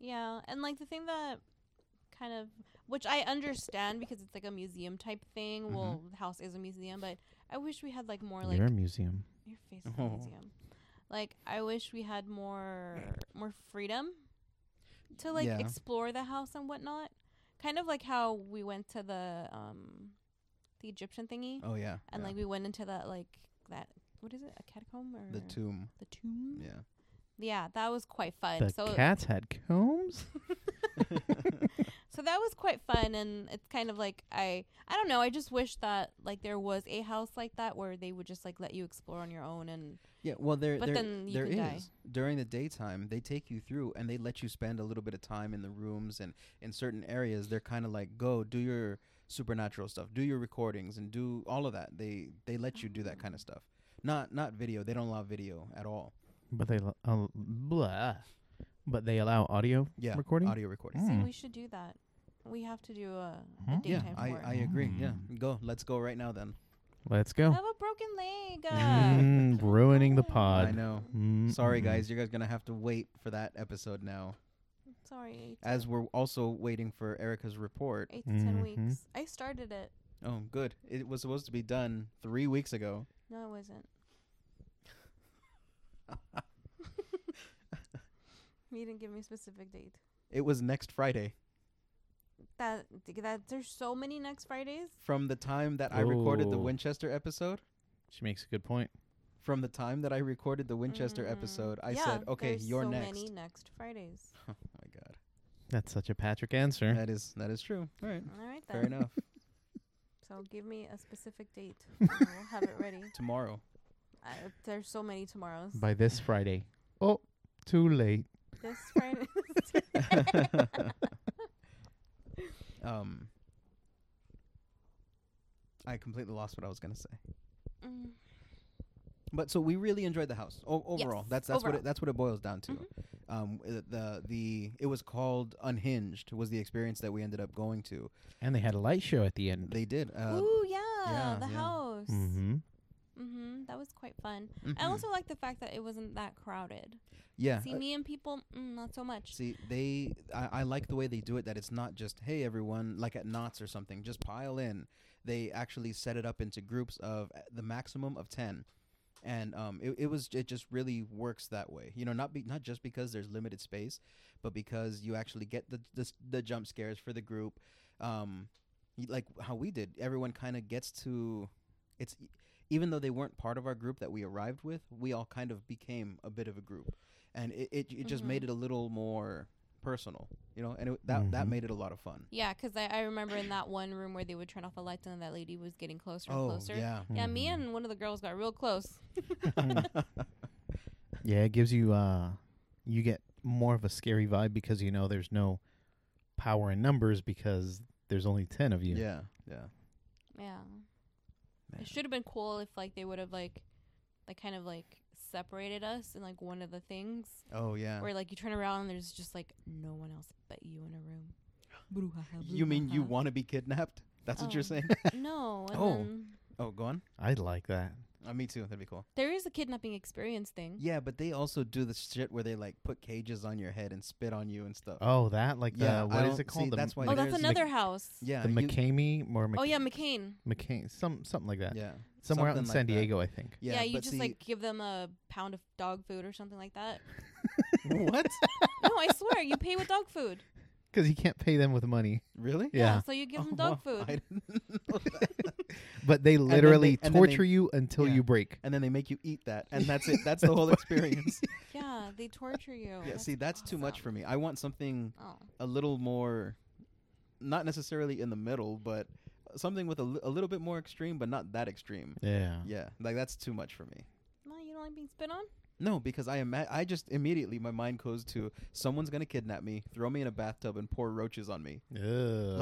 Yeah, and like the thing that kind of, which I understand because it's like a museum type thing. Mm-hmm. Well, the house is a museum, but I wish we had like more like You're a museum. your face is a Oh. museum. Like I wish we had more more freedom to like Yeah. explore the house and whatnot. Kind of like how we went to the um the Egyptian thingy, Oh yeah. and yeah. like we went into that like that what is it a catacomb or the tomb. the tomb? Yeah. Yeah, that was quite fun. The so cats had combs. so that was quite fun, and it's kind of like I I don't know. I just wish that like there was a house like that where they would just like let you explore on your own and Yeah, well, there, But there, then you there can die. is. During the daytime, they take you through and they let you spend a little bit of time in the rooms and in certain areas. They're kind of like, go do your supernatural stuff, do your recordings, and do all of that. They they let you do that Ah. kind of stuff. Not not video. They don't allow video at all. But they lo- uh, blah. But they allow audio Yeah, recording. audio recording. see, Mm. we should do that. We have to do a, Hmm? a Hmm. Yeah, daytime I, tour. I agree. Yeah, Mm. go. Let's go right now then. Let's I go. have a broken leg. Mm-hmm. Uh, Mm, ruining the I pod. know. Mm, Sorry, mm, guys. You guys gonna have to wait for that episode now, sorry. as we're also waiting for Erica's report. eight to ten Mhm. Mm-hmm. weeks. I started it. Oh, good. It was supposed to be done three weeks ago. No, it wasn't. you didn't give me a specific date. It was next Friday. That that there's so many next Fridays. From the time that I recorded the Oh. Winchester episode, She makes a good point. from the time that I recorded the Winchester Mm. episode, I Yeah, said, "Okay, there's you're so next." many next Fridays. Oh my god, That's such a Patrick answer. that is that is true. All right, All right fair then. enough. So give me a specific date. and we'll have it ready. Tomorrow, I, there's so many tomorrows. By this Friday. Oh, too late. This Friday. um, I completely lost what I was gonna say. Mm. But so we really enjoyed the house o- overall. Yes, That's that's what overall. Mm-hmm. it, that's what it boils down to. Um, i- the the it was called Unhinged was the experience that we ended up going to. And they had a light show at the end. They did. Uh, Ooh yeah, yeah, the yeah. house. Mm-hmm. Mm-hmm. That was quite fun. I mhm. also like the fact that it wasn't that crowded. yeah. See uh, me and people, mm, not so much. See, they I, I like the way they do it that it's not just, hey everyone, like at knots or something, just pile in. They actually set it up into groups of uh, the maximum of 10. And um it, it was it just really works that way. You know, not be not just because there's limited space, but because you actually get the the, s- the jump scares for the group. Um y- like how we did, everyone kind of gets to it's e, even though they weren't part of our group that we arrived with, we all kind of became a bit of a group and it, it, it just Mhm. made it a little more personal you know and it, that that Mhm. made it a lot of fun Yeah, 'cause I, I remember in that one room where they would turn off the lights and that lady was getting closer and closer. Oh, yeah Mm-hmm. Yeah, me Mm-hmm. and one of the girls got real close. Yeah, it gives you uh you get more of a scary vibe because you know there's no power in numbers because there's only 10 of you. yeah yeah Yeah. Man. It should have been cool if like they would have like like kind of like separated us in like one of the things oh yeah where like you turn around and there's just like no one else but you in a room. Brouhaha, you mean you brouhaha. want to be kidnapped that's what Oh. you're saying No. And Oh. then oh go on I'd like that. uh, me too that'd be cool there is a kidnapping experience thing. yeah but they also do the shit where they like put cages on your head and spit on you and stuff Oh, that like Yeah, the I what is don't- it called? see, the that's why oh, Like, that's there's- another house. yeah the you- McCamey or Mc- Oh yeah, McCain. McCain some something like that. yeah Somewhere out in something San like that. Diego, I think. Yeah, you but just see- like give them a pound of dog food or something like that. what no, I swear, you pay with dog food. Cuz you can't pay them with money. really Yeah. so you give Oh, them dog wow. food. I didn't know that. But they then literally they- and then they- torture you until yeah. you break. and then they make you eat that and that's it that's the whole experience Yeah, they torture you. yeah see that's too much for me i want something Oh, a little more not necessarily in the middle but something with a, li- a little bit more extreme but not that extreme Yeah. yeah like that's too much for me no, you don't like being spit on? no because i ima- i just immediately my mind goes to someone's gonna kidnap me throw me in a bathtub and pour roaches on me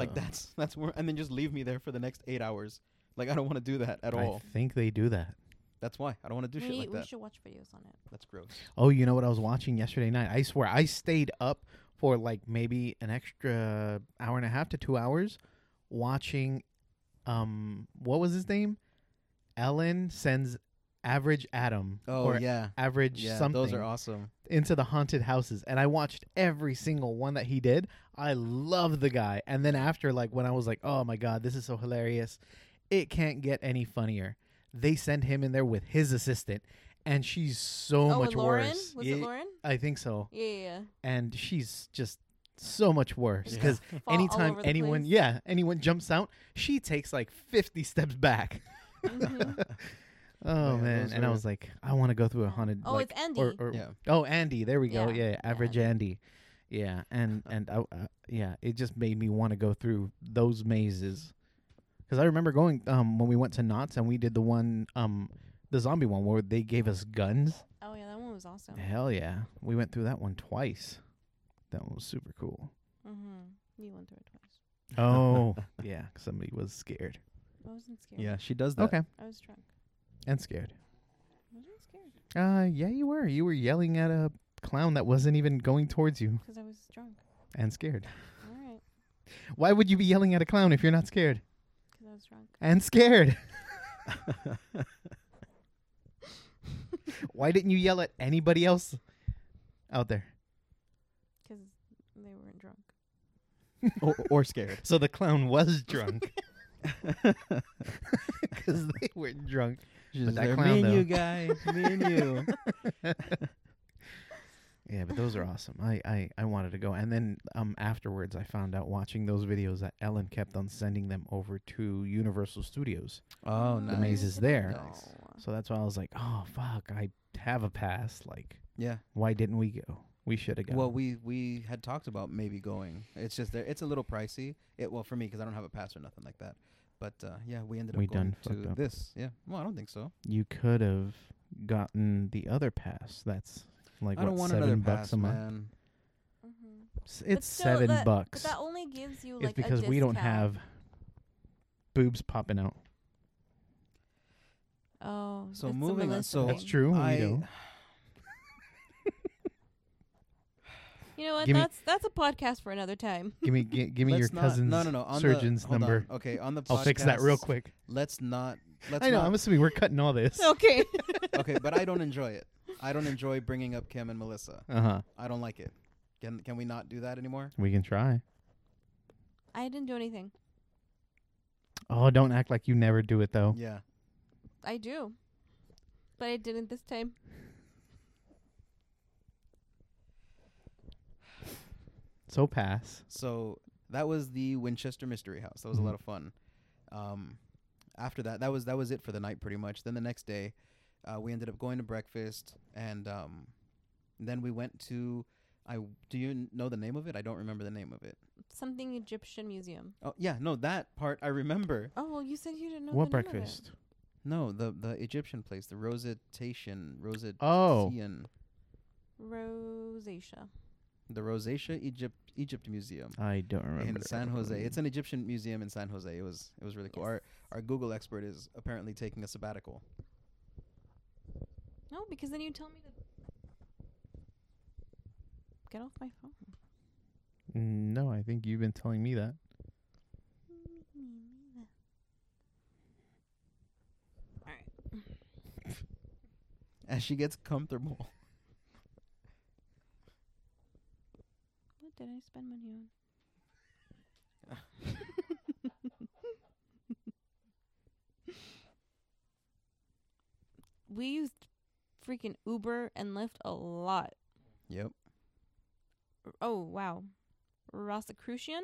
like that's that's where and then just leave me there for the next eight hours like i don't want to do that at all I think they do that. that's why i don't want to do we, shit like we that should watch videos on it. that's gross Oh, you know what I was watching yesterday night? I swear I stayed up for like maybe an extra hour and a half to 2 hours watching um what was his name? Ellen sends average Adam oh or yeah average yeah something those are awesome into the haunted houses and I watched every single one that he did. I love the guy. And then after like when I was like, "Oh my god, this is so hilarious. It can't get any funnier." They send him in there with his assistant and she's so oh, much and Lauren? worse. Was it Yeah. Lauren? I think so. Yeah, yeah, yeah. And she's just so much worse Yeah. because Fall all anytime over the anyone place. yeah anyone jumps out she takes like 50 steps back Mm-hmm. Mhm. oh Yeah, man those and i are- was like i want to go through a haunted Oh, like, it's Andy. or, or- Yeah. oh andy there we go Yeah, yeah, average andy Andy. yeah and and I, uh, yeah it just made me want to go through those mazes because i remember going um when we went to knots and we did the one um the zombie one where they gave us guns oh yeah, that one was awesome. Hell yeah. We went through that one twice. That one was super cool. Mm-hmm. You went through it twice. Oh, yeah. Somebody was scared. I wasn't scared. Yeah, she does that. Okay. I was drunk. And scared. I wasn't scared Uh, yeah, you were. You were yelling at a clown that wasn't even going towards you because I was drunk. and scared. All right, Why would you be yelling at a clown if you're not scared? because I was drunk. And scared. Why didn't you yell at anybody else out there? Because they weren't drunk. or, or scared. So the clown was drunk. Because they were drunk. She's But that there, clown, me and you though." guy, me and you. Yeah, but those are awesome. I, I, I wanted to go. And then um afterwards I found out watching those videos that Ellen kept on sending them over to Universal Studios. Oh, The nice. maze is there. Nice. So that's why I was like, Oh fuck, I have a pass. Like, Yeah. why didn't we go? We should have gone. Well, we we had talked about maybe going. It's just there. It's a little pricey. It well for me 'cause I don't have a pass or nothing like that. But uh, yeah, we ended up We going done fucked to up. this. Yeah. Well, I don't think so. you could have gotten the other pass. That's like I don't what, want seven another bucks pass, a month. man. Mm-hmm. S- It's seven that, bucks. But that only gives you it's like a because we don't discount. have boobs popping out. Oh, So that's the moving on. Melissa So- That's thing. true. I- we don't. You know what? Give me- That's that's a podcast for another time. Give me gi- give me your Let's not- cousin's no, no, no. On surgeon's the, hold number. On. Okay, on the podcast, I'll fix that real quick. Let's not. Let's I know. Not, I'm assuming we're cutting all this. okay. okay, but I don't enjoy it. I don't enjoy bringing up Kim and Melissa. Uh huh. I don't like it. Can can we not do that anymore? We can try. I didn't do anything. Oh, don't act like you never do it though. Yeah. I do, but I didn't this time. So pass. So that was the Winchester Mystery House. That was a Mhm. lot of fun. Um, after that, that was that was it for the night, pretty much. Then the next day, uh, we ended up going to breakfast, and um, then we went to. I do you n- know the name of it? I don't remember the name of it. Something Egyptian museum. Oh yeah, no, that part I remember. Oh well, you said you didn't know what the name of it. breakfast? No, the the Egyptian place, the Rosetation, Roset. Oh. Rosacea. the Rosacea Egypt Egypt Museum. I don't remember. Mm. in San Jose. It's an Egyptian museum in San Jose. It was it was really cool. Our our Google expert is apparently taking a sabbatical. No, because then you tell me to get off my phone. No, I think you've been telling me that. As she gets comfortable. What did I spend money on? we used freaking Uber and Lyft a lot. Yep. R- Oh wow, Rosicrucian.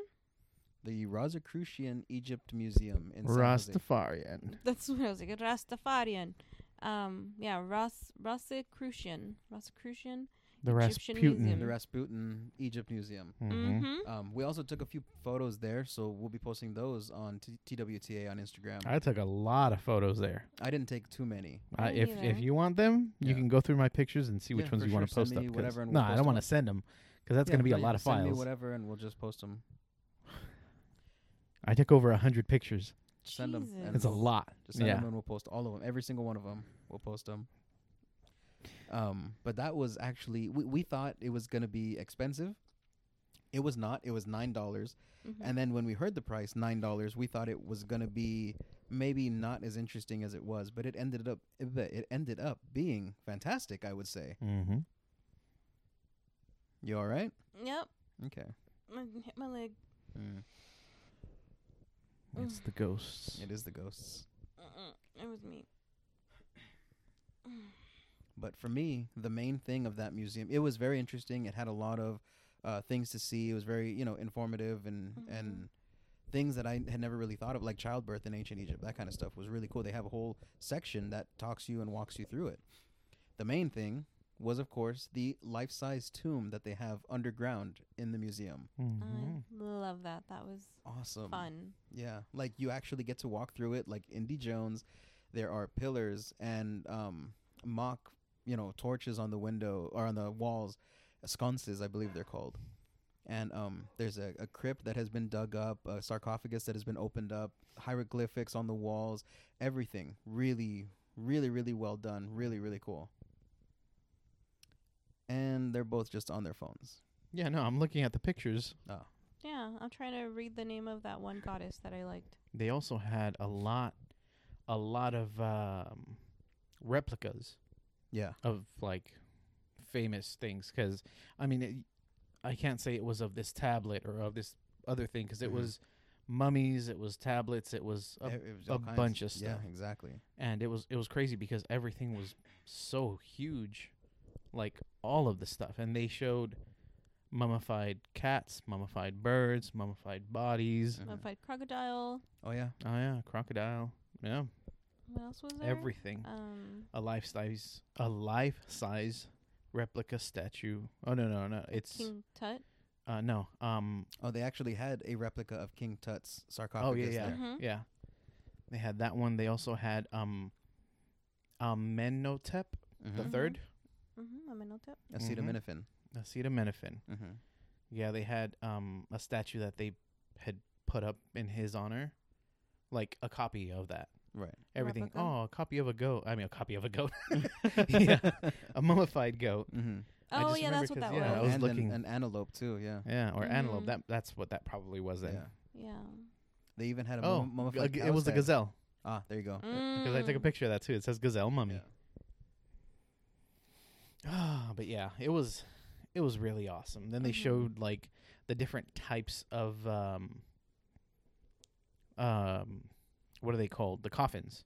The Rosicrucian Egypt Museum in San Jose. Rastafarian. That's what I was like. Rastafarian. Um, yeah, Ros Rosicrucian. Rosicrucian. The Egyptian The Rasputin. museum. Rasputin Egypt Museum. Mhm. Mhm. Um, we also took a few photos there, so we'll be posting those on t- TWTA on Instagram. I, I took a lot of photos there. didn't take too many. I, Me if neither. if you want them, you Yeah. can go through my pictures and see which Yeah, ones for you want to sure. Send post me up. 'cause- whatever and no, we'll I post don't 'em want to up. send them because that's Yeah, going to be no, a you lot can of Send me files. whatever, and we'll just post them. I took over a hundred pictures. Send 'em and It's a we'll- lot. Just send yeah. them and we'll post all of them. Every single one of them. We'll post them. Um, but that was actually we, we thought it was going to be expensive. It was not. It was nine dollars. Mhm. And then when we heard the price, nine dollars, we thought it was going to be maybe not as interesting as it was, but it ended up it ended up being fantastic. I would say. Mm-hmm. You all right? Yep. Okay. I hit my leg. Mm. It's the ghosts. It is the ghosts. Mm-mm, It was me. But for me, the main thing of that museum, it was very interesting. It had a lot of uh, things to see. It was very you know informative and Mhm. and things that I had never really thought of, like childbirth in ancient Egypt. That kind of stuff was really cool. They have a whole section that talks you and walks you through it. The main thing was, of course, the life-size tomb that they have underground in the museum. Mhm. I love that. That was Awesome. fun. Yeah, like you actually get to walk through it. Like Indy Jones, there are pillars and um, mock, you know, torches on the window or on the walls, sconces, I believe they're called. And um, there's a, a crypt that has been dug up, a sarcophagus that has been opened up, hieroglyphics on the walls, everything. Really, really, really well done. Really, really cool. And they're both just on their phones. Yeah, no, I'm looking at the pictures. Yeah, I'm trying to read the name of that one goddess that I liked. They also had a lot, a lot of um, replicas Yeah. of like famous things. Because I mean, it, I can't say it was of this tablet or of this other thing because it Mhm. was mummies, it was tablets, it was a It- it was all a kinds. bunch of stuff. Yeah, exactly. and it was it was crazy because everything was so huge like all of the stuff and they showed mummified cats mummified birds mummified bodies Mhm. Mummified crocodile. Oh, yeah. oh yeah crocodile yeah What else was there? everything Um, a life size a life size replica statue oh no no no it's King Tut. uh no um Oh, they actually had a replica of King Tut's oh sarcophagus yeah yeah there. Mhm. yeah they had that one they also had um amenhotep the Mhm. Mhm. third Mm-hmm, Amenhotep. Acetaminophen. acetaminophen Mm-hmm. Yeah, they had um a statue that they had put up in his honor, like a copy of that. Right. Everything. Replica? Oh, a copy of a goat. I mean, a copy of a goat. yeah, a mummified goat. Mm-hmm. I Oh just yeah, remember that's what 'cause, that yeah, I was. was and looking- An, an antelope, too, yeah. Yeah, or antelope. Mhm. That that's what that probably was then. Yeah. Yeah. They even had a Oh, mum- mummified a g- it cow's was a head. gazelle Ah, there you go. because I took a Mm. picture of that too. It says gazelle mummy. Yeah. Ah, but yeah, it was it was really awesome. Then they Mhm. showed like the different types of um um what are they called? The coffins.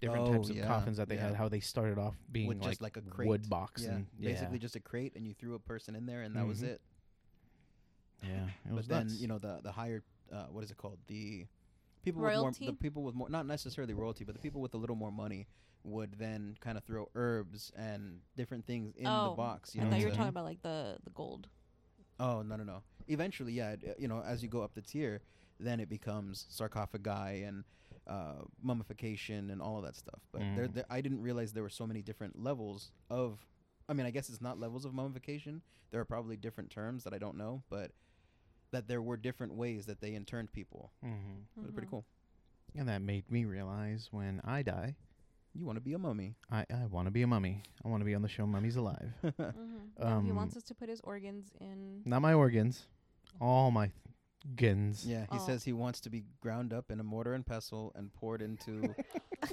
Different Oh, types of yeah, coffins that they had, yeah. how they started off being With like, just like a crate. wood box Yeah, and yeah, basically just a crate, and you threw a person in there, and that was Mhm. it. yeah. It was But then nuts. you know the the higher, uh, what is it called? The people with more, the Royalty? people with more, not necessarily royalty, but the people with a little more money would then kind of throw herbs and different things in the Oh, box. You I know, thought you were to- talking about like the the gold. Oh no no no! Eventually, yeah, it, uh, you know, as you go up the tier, then it becomes sarcophagi and uh, mummification and all of that stuff. But there, Mm. there, I didn't realize there were so many different levels of. I mean, I guess it's not levels of mummification. There are probably different terms that I don't know, but that there were different ways that they interned people. Mhm. It was pretty Mhm. cool. and that made me realize when I die, You want to be a mummy? I I want to be a mummy. I want to be on the show Mummies Alive. Mhm. No, he Um, wants us to put his organs in. Not my organs, all my gins. Yeah, he Oh. says he wants to be ground up in a mortar and pestle and poured into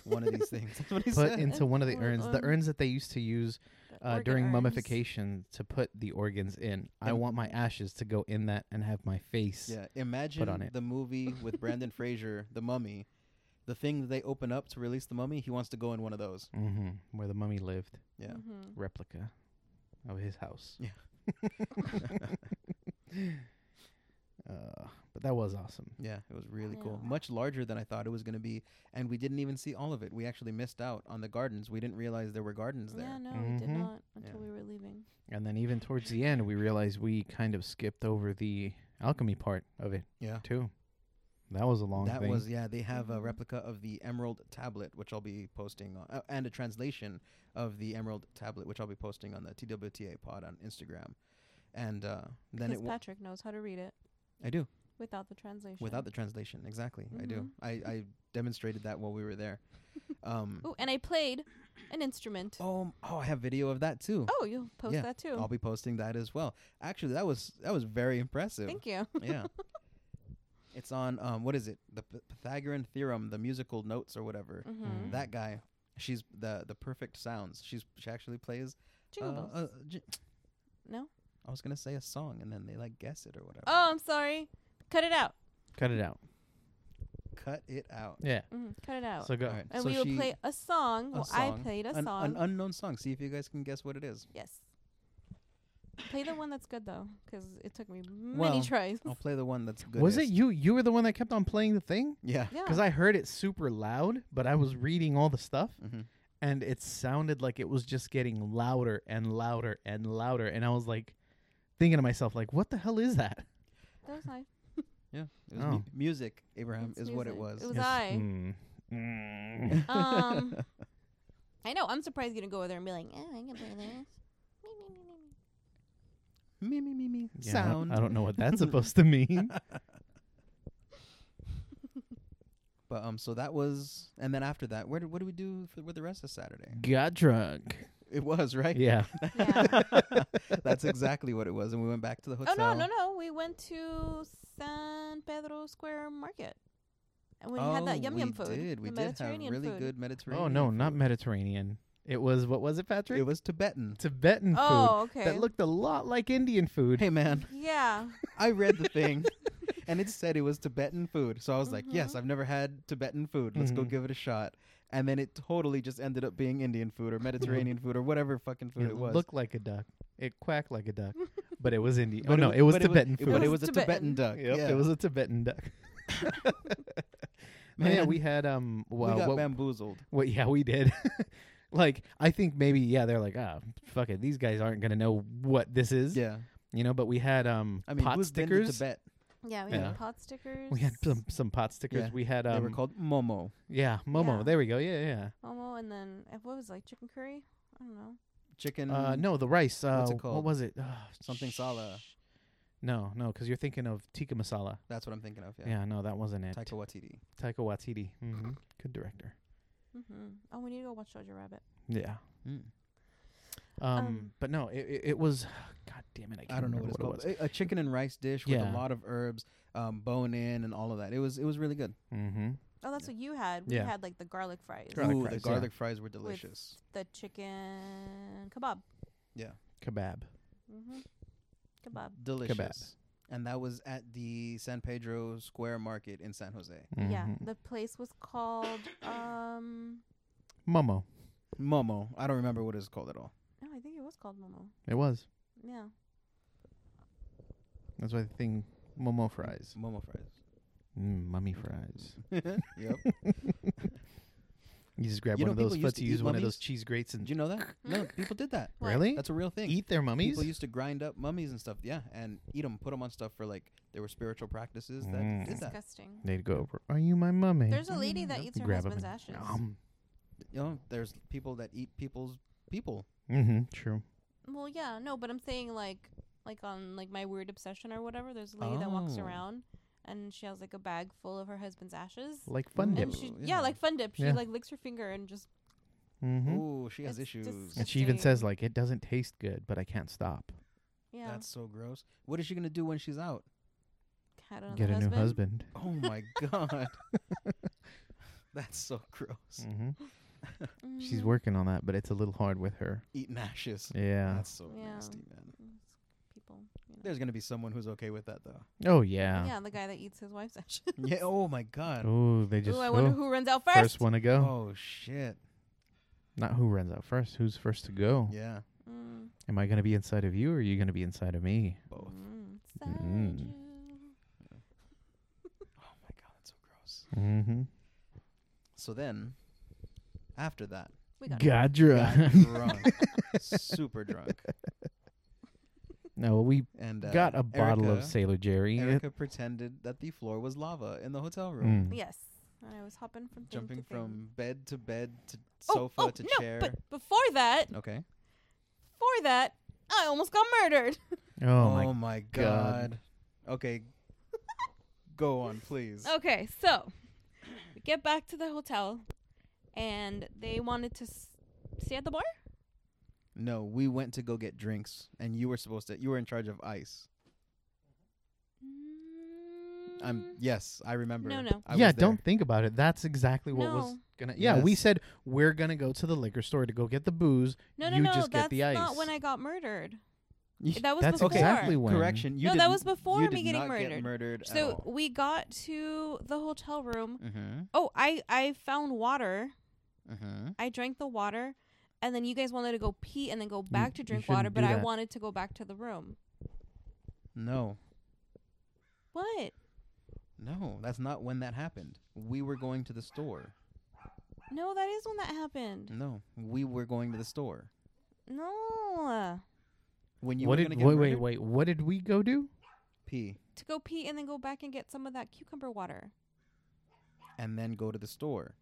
one of these things. That's what he put said. into one of the Or, urns, the um, urns that they used to use the uh, organ during urns. mummification to put the organs in. I And- want my ashes to go in that and have my face. Yeah, imagine on it. the movie with Brandon Fraser, The Mummy. The thing that they open up to release the mummy, he wants to go in one of those. hmm Where the mummy lived, Yeah. Mhm. replica of his house. Yeah. uh, but that was awesome. Yeah, it was really cool. Yeah. Much larger than I thought it was going to be, and we didn't even see all of it. We actually missed out on the gardens. We didn't realize there were gardens there. Yeah, Mm-hmm. no, we did Mhm. not until Yeah. we were leaving. And then even towards the end, we realized we kind of skipped over the alchemy part of it Yeah. too. That was a long That thing. was yeah. They have a Mhm. replica of the Emerald Tablet, which I'll be posting, on, uh, and a translation of the Emerald Tablet, which I'll be posting on the TWTA pod on Instagram. And uh, then it Because w- Patrick knows how to read it I do. without the translation. Without the translation, exactly. I do. Mhm. I, I demonstrated that while we were there. Um, Oh, and I played an instrument. Oh, oh, oh, I have video of that too. you'll post Yeah, that too. I'll be posting that as well. Actually, that was that was very impressive. Thank you. yeah, it's on um, what is it? The P- Pythagorean theorem, the musical notes or whatever. Mm-hmm. That guy, she's the the perfect sounds. She's she actually plays. Uh, Jingle bells. uh, j- No? I was gonna say a song, and then they like guess it or whatever. oh, I'm sorry. Cut it out. Cut it out. Cut it out. Yeah. Mm, cut it out. So go. All right, and so we would she- play a song. a well, song, I played a an, uh, song. an unknown song. See if you guys can guess what it is. yes. Play the one that's good though, because it took me many Well, oh, tries. I'll play the one that's good. Was it you? You were the one that kept on playing the thing Yeah. Yeah. because I heard it super loud, but I was reading all the stuff Mm-hmm. and it sounded like it was just getting louder and louder and louder, and I was like thinking to myself, like, what the hell is that? that was nice. Yeah. It was Oh. mu- music, Abraham, It's is what it was. music. It was I. Mm. Mm. Um, I know. I'm surprised you didn't go over there and be like, "Oh, I can play this." Me, me, me, me, me, me, me, me. me. Yeah, I don't- Sound. I don't know what that's supposed to mean. But um, so that was, and then after that, where did what did we do for, with the rest of Saturday? Got drunk. It was right. Yeah. Yeah. That's exactly what it was, and we went back to the oh hotel. no, no, no! We went to San Pedro Square Market, and we had that Oh, yum yum food. We did. We the did have Mediterranean really food. good Mediterranean. Oh no, not food. Mediterranean. It was what was it, Patrick? It was Tibetan. Tibetan Oh, food okay. that looked a lot like Indian food. Hey man, yeah, I read the thing, and it said it was Tibetan food. So I was like, yes, Uh-huh. Mhm. I've never had Tibetan food. Let's go Mhm. give it a shot. And then it totally just ended up being Indian food or Mediterranean food or whatever fucking food it it, was. looked like a duck. It quacked like a duck, but it was Indian. But oh no, wa- it was but Tibetan it, food. But it It was was a Tibetan, Tibetan. duck. Yep, yeah. it was a Tibetan duck. Man, yeah, Man. we had um. Well, we got what, bamboozled. what- yeah, we did. like I think maybe yeah, they're like ah, fuck it, these guys aren't gonna know what this is. Yeah. you know. But we had um I mean, pot who's been to stickers. Tibet? yeah. We Yeah. had pot stickers. We had some some pot stickers. Yeah, We had they were um called Momo. yeah, Momo. Yeah. There we go. Yeah, yeah. Momo, and then uh, what was it, like chicken curry? I don't know. Chicken. Uh, no, the rice. Uh, Mm-hmm. what's it What called? was it? Uh, Something sala. No, no, because you're thinking of tikka masala. That's what I'm thinking of. Yeah, Yeah. no, that wasn't it. Taika Waititi. Taika Waititi. hmm Good director. Mm-hmm. Oh, we need to go watch Jojo Rabbit. Yeah. Mm. Um, Um, but no, it, it, it was. God damn it! I, can't I don't know remember what it's called. it A, a chicken and rice dish with a Yeah. lot of herbs, um, bone in, and all of that. It was it was really good. was. Mm-hmm. Oh, that's what you had. We Yeah. had like the garlic fries, Garlic Ooh, the fries, yeah. garlic fries were delicious. the chicken kebab. Kebab. Mm-hmm. Kebab. Delicious. And that was at the San Pedro Square Market in San Jose. Yeah, Mhm. the place was called. um Momo. Momo. I don't remember what it's called at all. No, I think it was called Momo. It was. Yeah. That's why the thing. Momo fries. Momo fries. Mm, mummy fries. yep. You just grab You one know, of those people used foots. to You eat use one of those mummies? cheese grates Did and. you know that? No, people did that. What? Really? That's a real thing. Eat their mummies. People used to grind up mummies and stuff. Yeah, and eat them, put them on stuff for like there were spiritual practices that Mm. did that. Disgusting. They'd go over. Are you my mummy? There's a lady that eats her Mm-hmm. Grab 'em husband's and- ashes. Nom. You know, there's people that eat people's people. Mm-hmm. True. Well, yeah, no, but I'm saying like, like on like my weird obsession or whatever. There's a lady that walks Oh. around, and she has like a bag full of her husband's ashes. Like fun Mm. dip. Oh, And she, Ooh, yeah, yeah. like fun dip. She Yeah. like licks her finger and just Mm-hmm. Ooh, she has It's issues. And she even says Disgusting. like, "It doesn't taste good, but I can't stop. yeah. That's so gross. What is she gonna do when she's out? had another Get a new husband." Oh my god, that's so gross. Mm-hmm. She's Mhm. working on that, but it's a little hard with her. Eating ashes. Yeah. That's so Yeah. nasty, man. People. You know. There's gonna be someone who's okay with that though. Oh yeah. yeah, the guy that eats his wife's ashes. yeah. Oh my god. Oh, they just Ooh, I wonder oh, who runs out first, first. one to go. Oh shit. Not who runs out first. Who's first to go? Yeah. Mm. Am I gonna be inside of you, or are you gonna be inside of me? Both. Mm. Mm. Side Oh my god, that's so gross. Mm-hmm. So then, after that, We got got Gadra. drunk, super drunk, no, we and uh, got a bottle of Erica- Sailor Jerry. Erica pretended that the floor was lava in the hotel room, Mm. Yes. And I was hopping from thing jumping to thing. from bed to bed to Oh, sofa oh, to no, chair. But before that, okay. before that, I almost got murdered. Oh Um, my. god. God. Okay. Go on, please. Okay, so we get back to the hotel, and they wanted to s- stay at the bar. No, we went to go get drinks, and you were supposed to. You were in charge of ice. I'm. Yes, I remember. Mm. No, no. I was yeah, there. don't think about it. That's exactly what was No. gonna. Yeah, we Yes. said we're gonna go to the liquor store to go get the booze. No, no, you no. just that's get the ice. not when I got murdered. You- That was That's before. exactly when. Correction. You No, did, that was before you me did getting not Get murdered. murdered. at So oh. all. we got to the hotel Mm. room. Mm-hmm, Mhm. Oh, I I found water. Mhm. I drank the water, and then you guys wanted to go pee and then go back to you drink shouldn't water, but do I that. wanted to go back to the room. No, What? no, that's not when that happened. We were going to the store. No, that is when that happened. No, we were going to the store. Mm. No. When you what were did gonna wait get wait murdered? wait? What did we go do? pee To go pee and then go back and get some of that cucumber water. and then go to the store.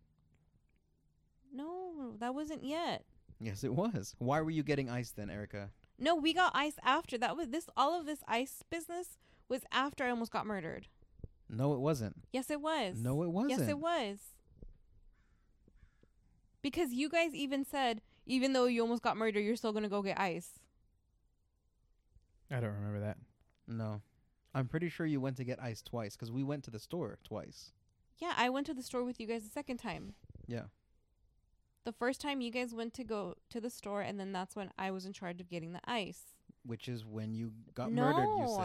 No, that wasn't yet. Yes, it was. Why were you getting ice then, Erica? No, we got ice after. That was this all of this ice business was after I almost got murdered. No, it wasn't. Yes, it was. No, it wasn't. Yes, it was. Because you guys even said, even though you almost got murdered, you're still gonna go get ice. I don't remember that. No, I'm pretty sure you went to get ice twice because we went to the store twice. Yeah, I went to the store with you guys the second time. Yeah. The first time you guys went to go to the store, and then that's when I was in charge of getting the ice. Which is when you got no, murdered, you say.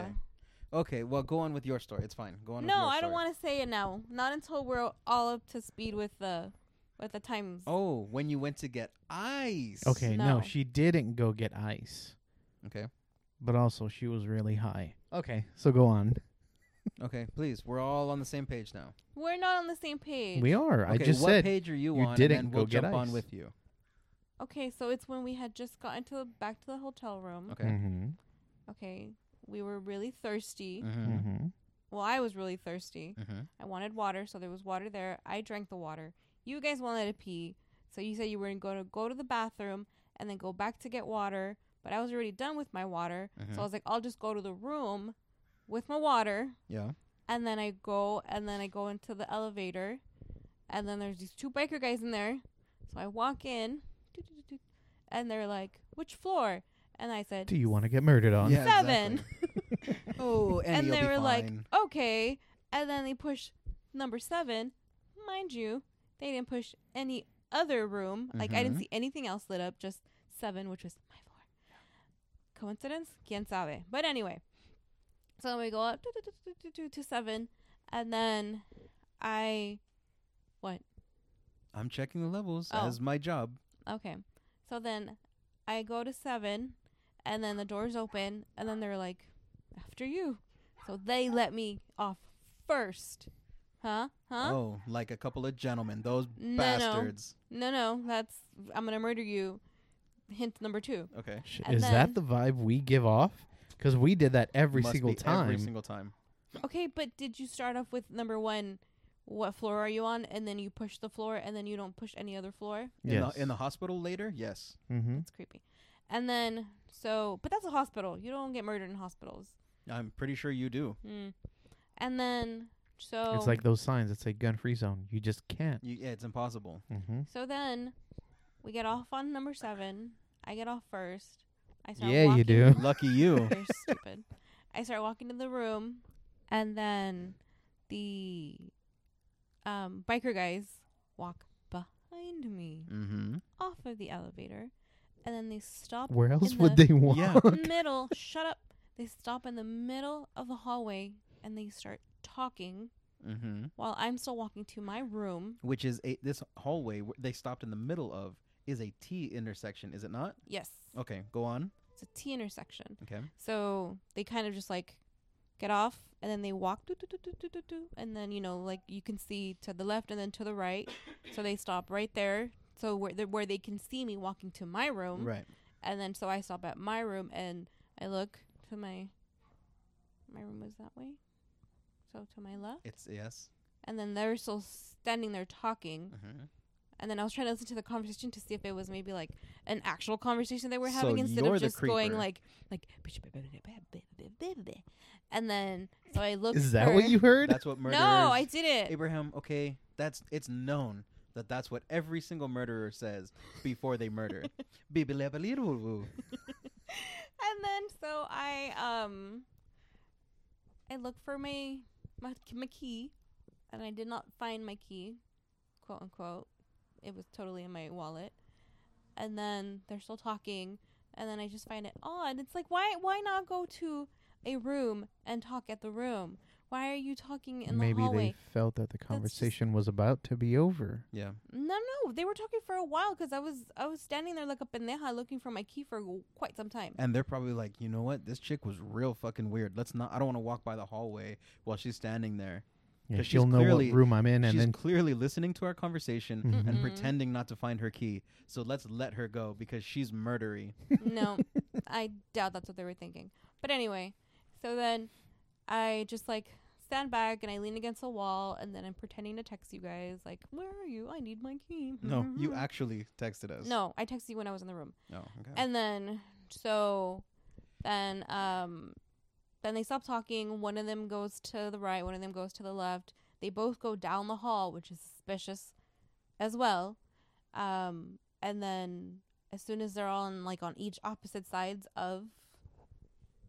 Okay, well, go on with your story. It's fine. Go on with no, your I don't story. want to say it now. Not until we're all up to speed with the with the times. Oh, when you went to get ice. Okay, No. no, she didn't go get ice, Okay. but also she was really high. Okay, so go on. Okay, please. We're all on the same page now. We're not on the same page. We are. I Okay, just what said page are you, you on? didn't and then go we'll get jump on ice. with you. Okay, so it's when we had just gotten to the, back to the hotel room. Okay. Mhm, Okay, we were really thirsty. Mm-hmm. mhm. Well, I was really thirsty. Mm-hmm. I wanted water, so there was water there. I drank the water. You guys wanted to pee, so you said you were going to go to go to the bathroom and then go back to get water. But I was already done with my water, Mhm. so I was like, I'll just go to the room with my water, Yeah. and then I go and then I go into the elevator, and then there's these two biker guys in there. So I walk in, doo-doo-doo-doo, and they're like, "Which floor?" And I said, Do you want to get murdered on? Yeah, Seven. exactly. oh, and, and you'll they be were like, fine. okay. And then they pushed number seven. Mind you, they didn't push any other room. Like, I didn't Mhm. see anything else lit up, just seven, which was my floor. Coincidence? Quien sabe. But anyway, so we go up to, to seven. And then I, what? I'm checking the levels Oh. as my job. Okay. So then I go to seven, and then the doors open, and then they're like, after you. So they let me off first. Huh? Huh? Oh, like a couple of gentlemen, those No, no. bastards. No, no, that's, I'm going to murder you. Hint number two. Okay. Sh- And Is that the vibe we give off? 'Cause we did that every Must single be time. Every single time. Okay, but did you start off with number one? What floor are you on? And then you push the floor, and then you don't push any other floor? In, yes. the, in the hospital later? Yes. mm-hmm. It's creepy. And then, so, but that's a hospital. You don't get murdered in hospitals. I'm pretty sure you do. Mm. And then, so. It's like those signs that say gun free zone. You just can't. You, yeah, it's impossible. Mm-hmm. So then we get off on number seven. I get off first. I start Yeah, you walking. do. Lucky you. You're stupid. I start walking to the room, and then the um, biker guys walk behind me mm-hmm. off of the elevator, and then they stop Where else in would the Mm-hmm. they walk? Yeah. middle. shut up! They stop in the middle of the hallway, and they start talking Mm-hmm. while I'm still walking to my room. Which is a, this hallway wh- they stopped in the middle of is a T intersection, is it not? Yes, Okay, go on. it's a T intersection. Okay. So they kind of just like get off and then they walk doo, doo, doo, doo, doo, doo, doo, and then you know like you can see to the left and then to the right. so they stop right there. So where the, where they can see me walking to my room Right. and then so I stop at my room and I look to my my room was that way. So to my left It's yes. and then they're still standing there talking Mm-hmm. and then I was trying to listen to the conversation to see if it was maybe like an actual conversation they were So having instead you're of the just going creeper. like like and then so I looked. Is that for- what you heard? That's what murderers. No, I didn't. Abraham, okay, that's it's known that that's what every single murderer says before they murder. Bibilabaliru. And then so I um I looked for my my, my key, and I did not find my key, quote unquote. It was totally in my wallet. And then they're still talking, and then I just find it odd. It's like why why not go to a room and talk at the room? Why are you talking in Maybe the hallway? they felt that the conversation was about to be over. Yeah. No, no, they were talking for a while 'cause I was I was standing there like a pendeja looking for my key for w- quite some time. And they're probably like, you know what? This chick was real fucking weird. Let's not. I don't want to walk by the hallway while she's standing there. Yeah, 'Cause she's she'll know clearly- what room I'm in, and she's then clearly listening to our conversation Mhm. and Mhm. pretending not to find her key. So let's let her go because she's murdery. no, I doubt that's what they were thinking. But anyway, so then I just like stand back and I lean against the wall and then I'm pretending to text you guys like, "Where are you? I need my key." No, you actually texted us. Mm-hmm. No, I texted you when I was in the room. Oh, okay. And then so then um then they stop talking, one of them goes to the right, one of them goes to the left. They both go down the hall, which is suspicious as well. Um and then as soon as they're all on like on each opposite sides of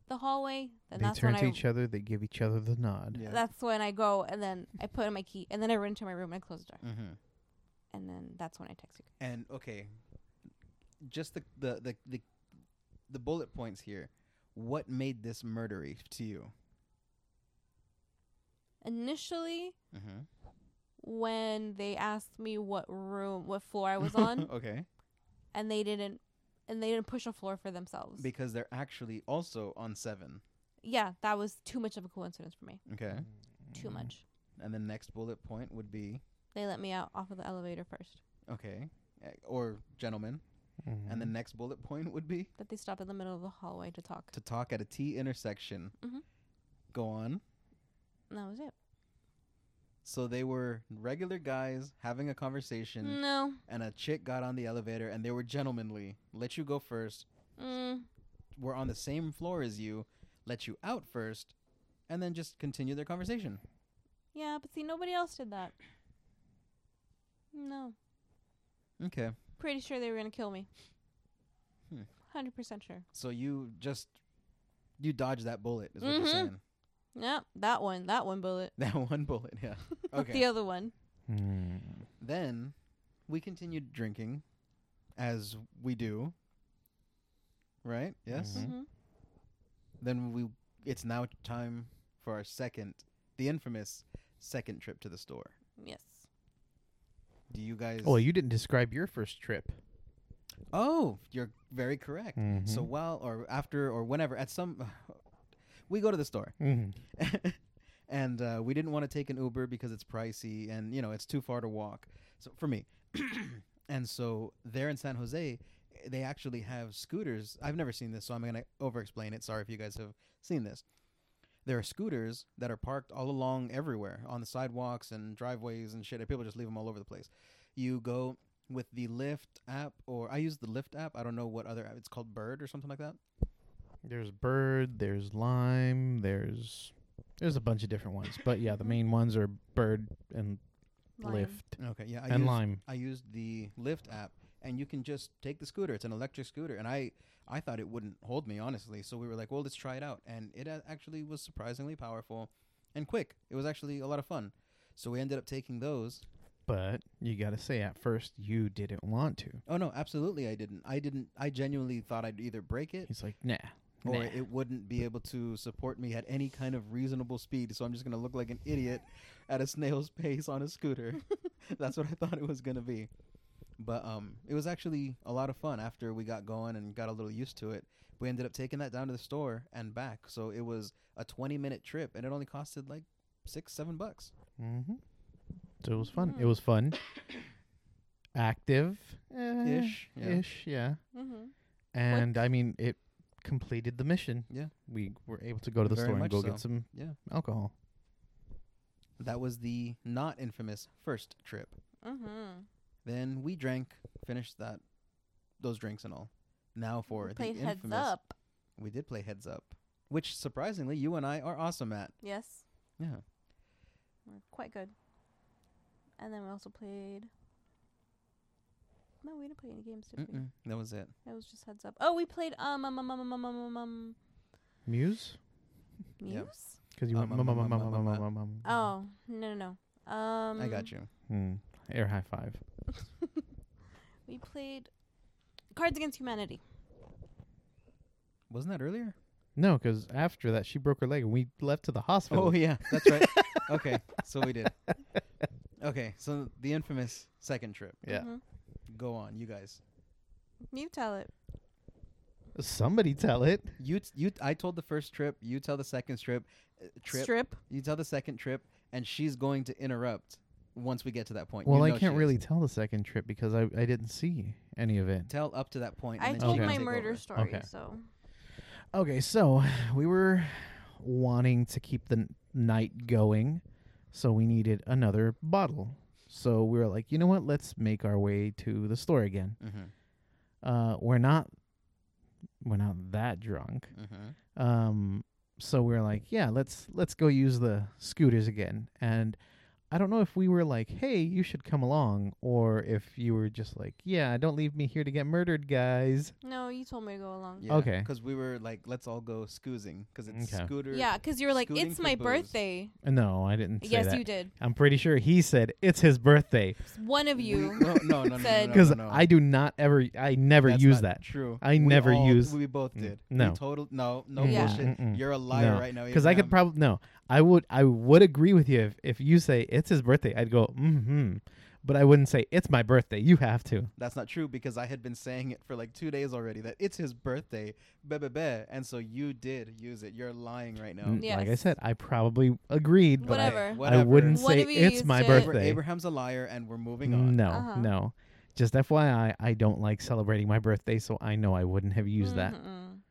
the hallway, then they that's turn when to I each other. They give each other the nod. yeah. that's when I go and then I put in my key and then I run into my room and I close the door. mm-hmm. And then that's when I text you. And okay, just the the the the, the bullet points here. What made this murdery to you? Initially Mm-hmm. when they asked me what room what floor I was on, okay, and they didn't and they didn't push a floor for themselves. because they're actually also on seven. yeah, that was too much of a coincidence for me. Okay, Mm-hmm. Too much. and the next bullet point would be They let me out off of the elevator first. okay, eh, or gentlemen, and the next bullet point would be That they stopped in the middle of the hallway to talk. to talk at a T intersection. Mhm. Go on. And that was it. So they were regular guys having a conversation, No. and a chick got on the elevator, and they were gentlemanly. Let you go first. Mm, were on the same floor as you, let you out first, and then just continue their conversation. yeah, but see, nobody else did that. No. Okay. Pretty sure they were going to kill me. Hmm. 100% sure. So you just you dodged that bullet, is what Mhm. you're saying. Yeah, that one. That one bullet. That one bullet, yeah. Okay. the other one. Mm. Then we continued drinking as we do. Right? Yes. Mhm. hmm Then we it's now time for our second the infamous second trip to the store. Yes. Do you guys Well, you didn't describe your first trip. Oh, you're very correct. So Mhm. while or after or whenever at some we go to the store. Mm. and uh, we didn't want to take an Uber because it's pricey and you know it's too far to walk. So for me, and so there in San Jose, they actually have scooters. I've never seen this, so I'm gonna over-explain it. Sorry if you guys have seen this. There are scooters that are parked all along everywhere on the sidewalks and driveways and shit. And people just leave them all over the place. You go with the Lyft app, or I use the Lyft app. I don't know what other app. It's called Bird or something like that. There's Bird. There's Lime. There's there's a bunch of different ones, but yeah, the main ones are Bird and Lion. Lyft Okay, yeah, I and use, Lime. I used the Lyft app, and you can just take the scooter. It's an electric scooter, and I I thought it wouldn't hold me honestly. So we were like, well, let's try it out, and it a- actually was surprisingly powerful and quick. It was actually a lot of fun. So we ended up taking those. But you gotta say, at first you didn't want to. Oh no, absolutely, I didn't. I didn't. I genuinely thought I'd either break it He's like, nah, or nah. it wouldn't be able to support me at any kind of reasonable speed. So I'm just gonna look like an idiot at a snail's pace on a scooter. That's what I thought it was gonna be. But um, it was actually a lot of fun after we got going and got a little used to it. We ended up taking that down to the store and back. So it was a 20 minute trip, and it only costed like six, seven bucks. Mm-hmm. So it was fun. It Mm. was fun. Active eh, Ish, yeah. ish, yeah. Mm-hmm. And I mean, it completed the mission. Yeah. we were able to go to the Very store and much go so. get some Yeah. alcohol. That was the not infamous first trip. Mm-hmm. Then we drank, finished that, those drinks and all. Now for Played the heads infamous. up. We did play Heads Up, which surprisingly, you and I are awesome at. Yes. Yeah. We're quite good. And then we also played. No, we didn't play any games, did we? Mm-mm. That was it. That was just heads up. Oh, we played um um um um um um um, um, um Muse, Muse. Yeah. because you Um, went um, mum mum um, mum um, mum um, mum uh, mum mum. Oh no no no. Um, I got you. Hmm. air high five. We played Cards Against Humanity. Wasn't that earlier? No, because after that, she broke her leg and we left to the hospital. Oh yeah, that's right. okay, so we did. Okay, so the infamous second trip. Yeah. Mhm. Go on, you guys. You tell it. Somebody tell it. You t- you. T- I told the first trip. You tell the second trip. uh, Trip. Strip. You tell the second trip, and she's going to interrupt once we get to that point. You Well, I know she can't is. really tell the second trip because I, I didn't see any of it. tell up to that point. I and then she told can my take murder over. story, Okay. so Okay, so we were wanting to keep the n- night going, so we needed another bottle. So we were like, you know what? Let's make our way to the store again. Mm-hmm. Uh, we're not, we're not that drunk. Mm-hmm. Um, so we were like, yeah, let's let's go use the scooters again. And I don't know if we were like, hey, you should come along, or if you were just like, yeah, don't leave me here to get murdered, guys. no, you told me to go along. Yeah, Okay. Because we were like, let's all go scoozing because it's Okay. scooter. Yeah, because you were like, Scooting "It's for my booze. birthday." No, I didn't. Say yes, that. you did. I'm pretty sure he said it's his birthday One of We- you. No, no, no, no, no, said- no, because no, no. I do not ever. I never That's use not that True. I never all- use- We both Mm, did. no. We total. No. No Mm, bullshit. mm, mm. You're a liar No, right now. because I could Abraham. probably no. I would. I would agree with you if if you say it's his birthday. I'd go mm-hmm, but I wouldn't say it's my birthday. You have to. That's not true because I had been saying it for like two days already that it's his birthday, be, be, be, and so you did use it. You're lying right now. Mm, Like I Yes. said, I probably agreed, but I, Whatever. I wouldn't What say if you it's used my it- Abra- birthday. Abraham's a liar, and we're moving on. No, Uh-huh. no. Just FYI, I don't like celebrating my birthday, so I know I wouldn't have used that. Mm-mm.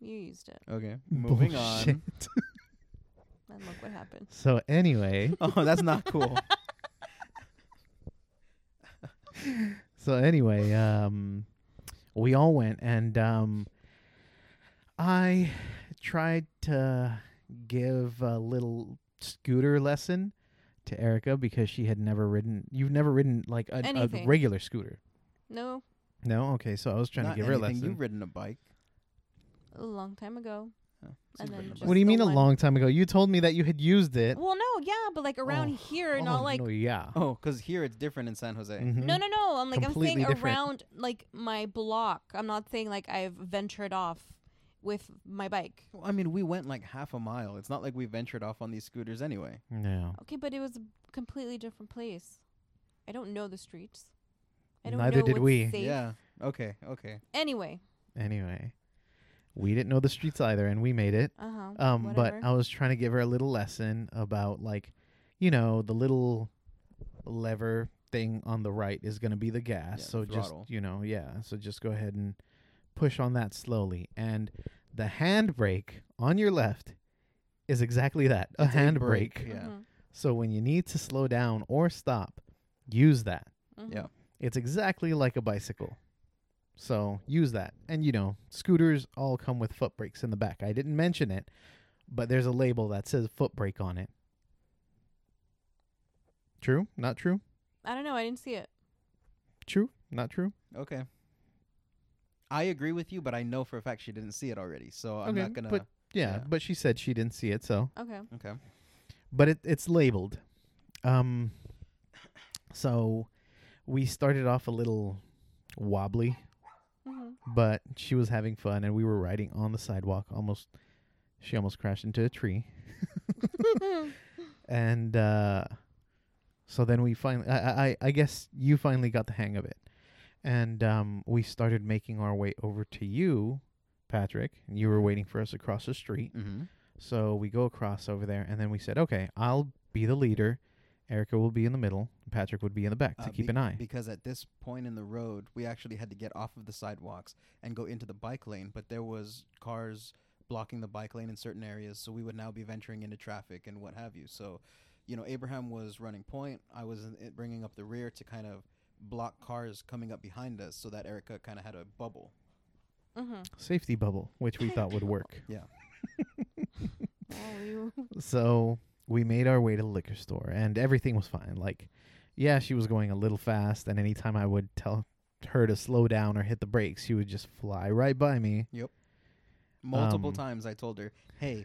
You used it, Okay, moving Bullshit. on. and look what happened. So anyway, Oh, that's not cool. so anyway, um, we all went, and um, I tried to give a little scooter lesson to Erica because she had never ridden. You've never ridden like a, a Anything. regular scooter. No, No, okay. So I was trying not to give her a anything. lesson. You've ridden a bike. a long time ago. Oh, so you've And then ridden a just- bike. what do you the mean a one- long time ago? You told me that you had used it. Well, no, yeah, but like around Oh, here, oh, not like no, yeah. Oh, because here it's different in San Jose. Mhm. No, no, no. I'm like Completely I'm saying different. around like my block. I'm not saying like I've ventured off with my bike. Well, I mean, we went like half a mile. It's not like we ventured off on these scooters anyway. No. Okay, but it was a completely different place. I don't know the streets. I don't Neither know did what's we. safe. Yeah. Okay. Okay. Anyway. Anyway, we didn't know the streets either, and we made it. Uh huh. Um, Whatever. but I was trying to give her a little lesson about like, you know, the little lever thing on the right is going to be the gas. Yeah, so throttle. just you know, yeah. So just go ahead and push on that slowly, and the handbrake on your left is exactly that a It's a brake, handbrake. yeah. Mhm. So when you need to slow down or stop, use that. Mhm. Yeah. It's exactly like a bicycle. So use that. And you know, scooters all come with foot brakes in the back. I didn't mention it, but there's a label that says foot brake on it. True? Not true? I don't know. I didn't see it. True? Not true? Okay. I agree with you, but I know for a fact she didn't see it already, so I'm Okay, not gonna. but- Yeah, Yeah. but she said she didn't see it, so Okay. okay. but it, it's labeled. Um so we started off a little wobbly, Mm. Mm-hmm. but she was having fun and we were riding on the sidewalk almost she almost crashed into a tree. Mm-hmm, and uh, so then we finally I, I i guess you finally got the hang of it and um, we started making our way over to you patrick and you were waiting for us across the street Mm-hmm. so we go across over there and then we said okay i'll be the leader erica will be in the middle patrick would be in the back to Uh, keep be- an eye Because at this point in the road, we actually had to get off of the sidewalks and go into the bike lane, but there was cars blocking the bike lane in certain areas, so we would now be venturing into traffic and what have you. So, you know, Abraham was running point. I was in it bringing up the rear to kind of block cars coming up behind us, so that Erica kind of had a bubble. mm-hmm. safety bubble which we thought would work Oh, you. so we made our way to the liquor store and everything was fine like yeah she was going a little fast and anytime i would tell her to slow down or hit the brakes she would just fly right by me Multiple Um, times I told her, "Hey,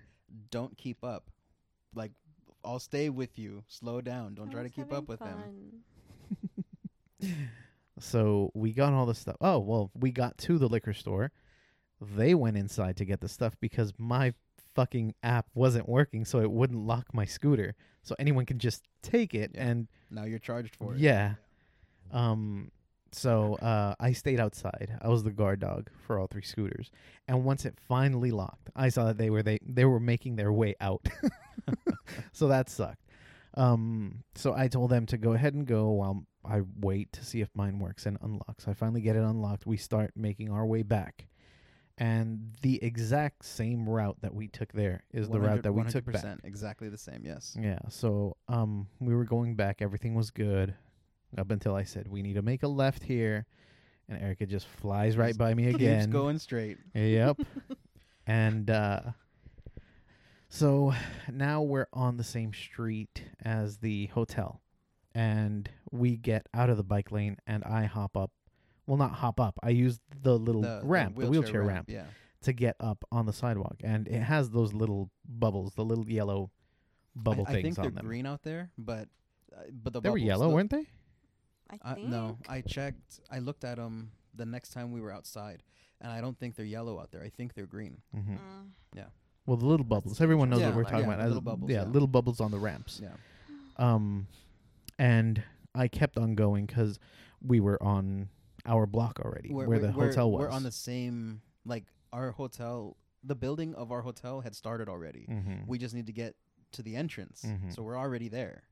don't keep up. Like, I'll stay with you. Slow down. Don't I try to was keep having up with them." fun. so we got all this stuff oh well we got to the liquor store They went inside to get the stuff because my fucking app wasn't working, so it wouldn't lock my scooter. So anyone can just take it Yeah. and Now you're charged for it. yeah. Um so uh I stayed outside. I was the guard dog for all three scooters. And once it finally locked, I saw that they were they they were making their way out. so that sucked. Um so I told them to go ahead and go while I wait to see if mine works and unlocks. I finally get it unlocked. We start making our way back. And the exact same route that we took there is the 100 route that we took back. 100% Exactly the same. Yes. Yeah. So um, we were going back. Everything was good up until I said we need to make a left here, and Erica just flies right Just by me Keeps again. going straight. Yep. and uh, so now we're on the same street as the hotel, and we get out of the bike lane, and I hop up. Well, not hop up. I used the little ramp, the wheelchair ramp, Yeah. to get up on the sidewalk, and it has those little bubbles, the little yellow bubble I, I things think on they're them. green out there, but uh, but the They were bubbles, yellow, mm-hmm. the- weren't they? I Uh, think. no, I checked. I looked at them the next time we were outside, and I don't think they're yellow out there. I think they're green. Mm-hmm. Mm. Well, the little bubbles. Everyone knows what Yeah, we're talking yeah, about. the Uh, little bubbles, yeah, yeah. little bubbles on the ramps. Yeah. Um, and I kept on going because we were on our block already, We're- where we're- the we're- hotel was. We're on the same like our hotel. The building of our hotel had started already. Mhm. We just need to get to the entrance, Mhm. so we're already there.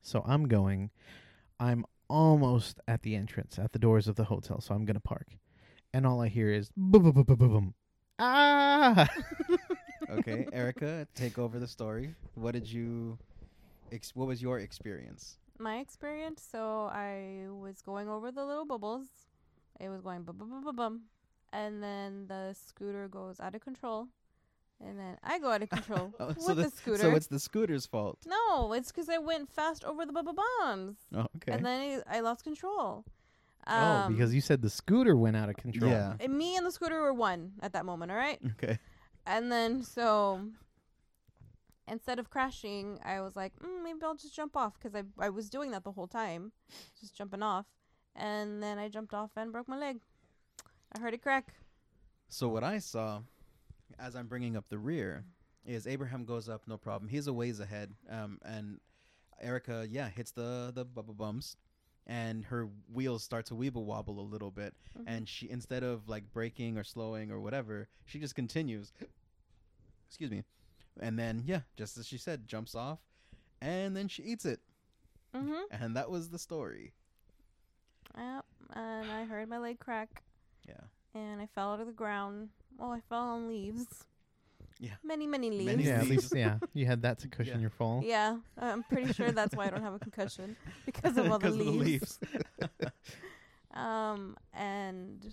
So I'm going. I'm almost at the entrance, at the doors of the hotel. So I'm gonna park, and all I hear is boom, boom, boom, boom, boom, boom. Ah! Okay, Erica, take over the story. What did you? Ex- what was your experience? My experience. So I was going over the little bubbles. It was going bum bum bum bum bum, and then the scooter goes out of control, and then I go out of control Oh, with so the, the- scooter. So it's the scooter's fault. no, it's because I went fast over the bubble bombs, Oh, okay. and then I, I lost control. Um, oh, because you said the scooter went out of control. Yeah. and me and the scooter were one at that moment. All right. okay. And then so instead of crashing, I was like, mm, maybe I'll just jump off because I I was doing that the whole time, just jumping off. And then I jumped off and broke my leg. I heard it crack. So what I saw, as I'm bringing up the rear, is Abraham goes up, no problem. He's a ways ahead, um, and Erica, yeah, hits the the bubble bumps, and her wheels start to weeble wobble a little bit, Mm-hmm. and she instead of like braking or slowing or whatever, she just continues. Excuse me, and then yeah, just as she said, jumps off, and then she eats it, Mm-hmm. and that was the story. Yep. And I heard my leg crack. Yeah. And I fell out of the ground. Oh, I fell on leaves. Yeah. Many, many leaves. Many Yeah, at leaves. least yeah, you had that to cushion Yeah. your fall. Yeah, I'm pretty sure that's why I don't have a concussion because of all the leaves. Um, and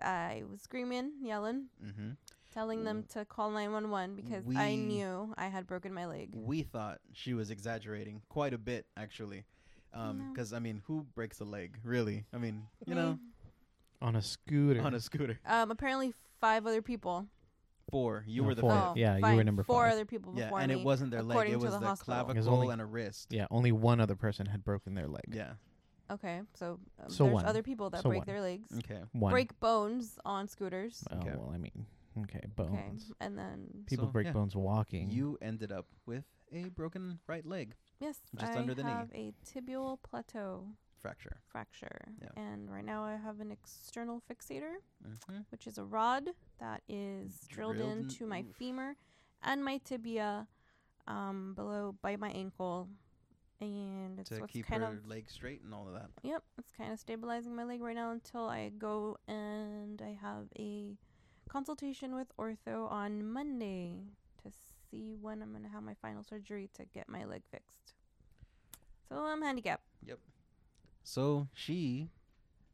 I was screaming, yelling, hmm telling them Mm. to call 911 because I We- knew I had broken my leg. Mm. we thought she was exaggerating quite a bit actually No. because i mean who breaks a leg really i mean you Me. know On a scooter. on a scooter um, apparently five other people. four you No, were the four. fifth Oh, Yeah, you fine, were number four five. other people yeah Oh, before and me. it wasn't their leg according it to was the the, hospital. It was clavicle only- and a wrist Yeah, only one other person had broken their leg. yeah Okay, so, um, So there's one. other people that So break one. Mm, their legs, okay One. break bones on scooters. Oh, Okay. well, I mean, okay, Okay, bones. and then People So, break yeah. bones walking. you ended up with a broken right leg yes, Just I under the knee. have a tibial plateau fracture fracture, Yeah. and right now I have an external fixator. mm-hmm. which is a rod that is drilled, Mm, Drilled in- into my oof. femur and my tibia um, below by my ankle. And it's to what's keep kind her of leg straight and all of that yep, it's kind of stabilizing my leg right now until I go and I have a consultation with ortho on Monday to see when I'm gonna have my final surgery to get my leg fixed. So I'm handicapped. so she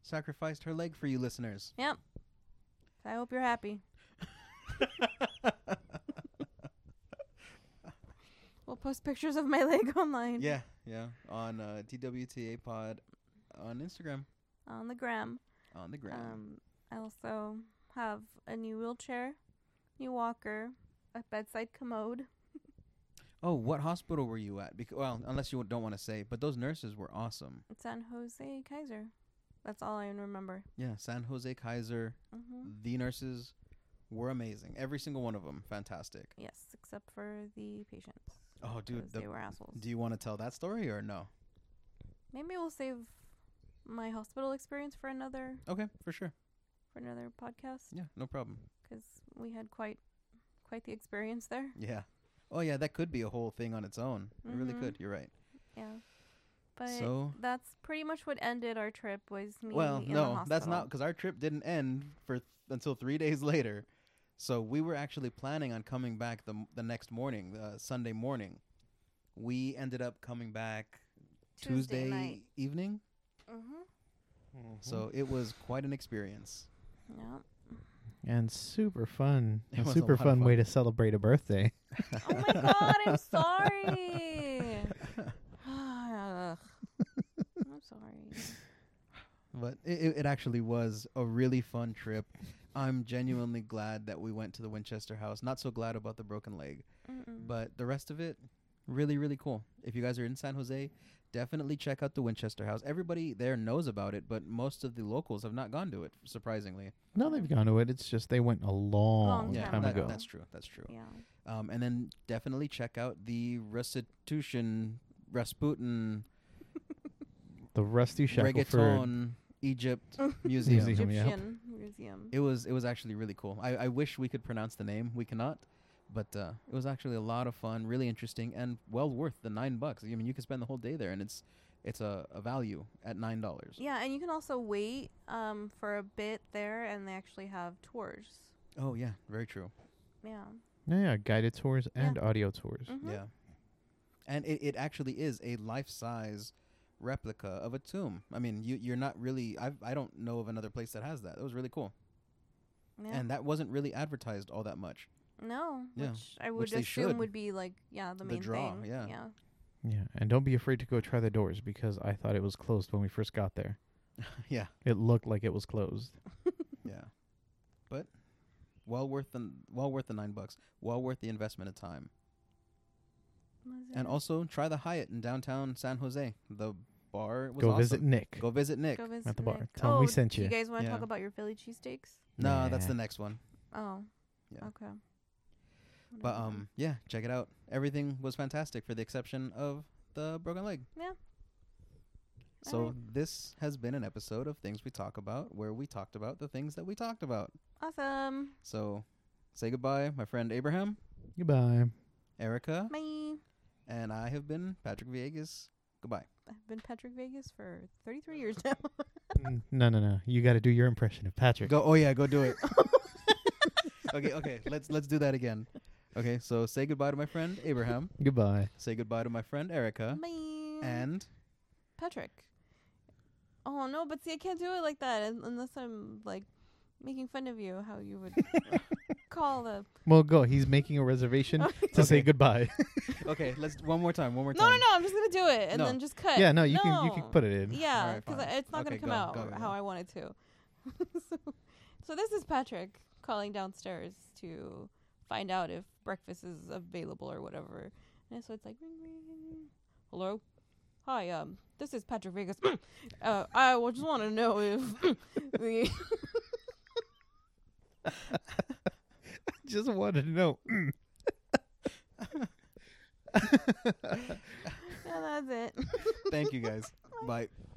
sacrificed her leg for you listeners I hope you're happy. We'll post pictures of my leg online yeah yeah on uh, twta pod on instagram on the gram. on the ground Um, I also have a new wheelchair, new walker, a bedside commode. Oh, what hospital were you at? Because well, unless you don't want to say, but those nurses were awesome. San Jose Kaiser. That's all I remember. Yeah, San Jose Kaiser. hmm The nurses were amazing. Every single one of them, fantastic. Yes, except for the patients. Oh, dude, 'cause the, they were assholes. do you want to tell that story or no? Maybe we'll save my hospital experience for another Okay, for sure. for another podcast Yeah, no problem. 'cause we had quite quite the experience there. Yeah. Oh yeah, that could be a whole thing on its own. It really Mhm. could. You're right. Yeah. But so that's pretty much what ended our trip was me well, in the no, that's hospital. not because our trip didn't end for th- until three days later. So we were actually planning on coming back the m- the next morning, uh, Sunday morning. We ended up coming back Tuesday, night. evening. Mhm. Mm-hmm. So it was quite an experience. Yeah. and super fun, It A was a lot super of fun, way fun. to celebrate a birthday. Oh my god, I'm sorry. Ugh. I'm sorry. But it- it, it actually was a really fun trip. I'm genuinely glad that we went to the Winchester House. Not so glad about the broken leg. Mm-mm. but the rest of it really really cool if you guys are in san jose definitely check out the winchester house everybody there knows about it but most of the locals have not gone to it surprisingly No, they've gone to it. It's just they went a long, Long yeah time that- ago. that's true that's true yeah. um, and then definitely check out the restitution rasputin The Rusty Shackleford. reggaeton egypt museum Museum. yeah. Egyptian museum. it was it was actually really cool I, I wish we could pronounce the name we cannot but uh, it was actually a lot of fun really interesting and well worth the nine bucks i mean you could spend the whole day there and it's it's a, a value at nine dollars Yeah, and you can also wait um, for a bit there, and they actually have tours. oh yeah very true Yeah. Yeah, yeah, guided tours Yeah. and audio tours. Mhm. yeah and it, it actually is a life-size replica of a tomb i mean you, you're not really I've, i don't know of another place that has that it was really cool Yeah. and that wasn't really advertised all that much no, Yeah, which I would which they should. assume would be like yeah the The main draw, thing. yeah. Yeah. Yeah, and don't be afraid to go try the doors because I thought it was closed when we first got there. yeah It looked like it was closed. Yeah, but well worth the well worth the nine bucks. Well worth the investment of time. Was And it? also try the Hyatt in downtown San Jose. The bar was go awesome. visit Nick. Go visit Nick. Go visit the bar. Nick. Tell 'em we Oh, sent do ya. You guys want to Yeah. talk about your Philly cheesesteaks? No, that's Nah. the next one. Oh. Yeah. Okay. But Whatever. um, yeah, check it out. Everything was fantastic, for the exception of the broken leg. Yeah. So Alright. this has been an episode of Things We Talk About, where we talked about the things that we talked about. Awesome. So, say goodbye, my friend Abraham, Goodbye. Erica, Bye. and I have been Patrick Viegas. Goodbye. I've been Patrick Vegas for 33 years now. Mm, no, no, no. You got to do your impression of Patrick. Go. Oh yeah, go do it. okay, okay. Let's let's do that again. Okay, so say goodbye to my friend Abraham. Goodbye. Say goodbye to my friend Erica. Bye. And Patrick. Oh no, but see, I can't do it like that un- unless I'm like making fun of you. How you would call the Well, go. He's making a reservation to say goodbye. okay, let's one more time. One more no, time. no, no. I'm just gonna do it and No. then just cut. yeah, no, you can you can put it in. Yeah, Alright, because fine. it's not Okay, gonna come go, out go, go. how I want it to. so, so this is Patrick calling downstairs to find out if breakfast is available or whatever. And so it's like ring ring. Hello. Hi, um, this is Patrick Vegas. uh, I wa- just want to know if the Just wanted to know. Yeah, that's it. Thank you guys. Bye.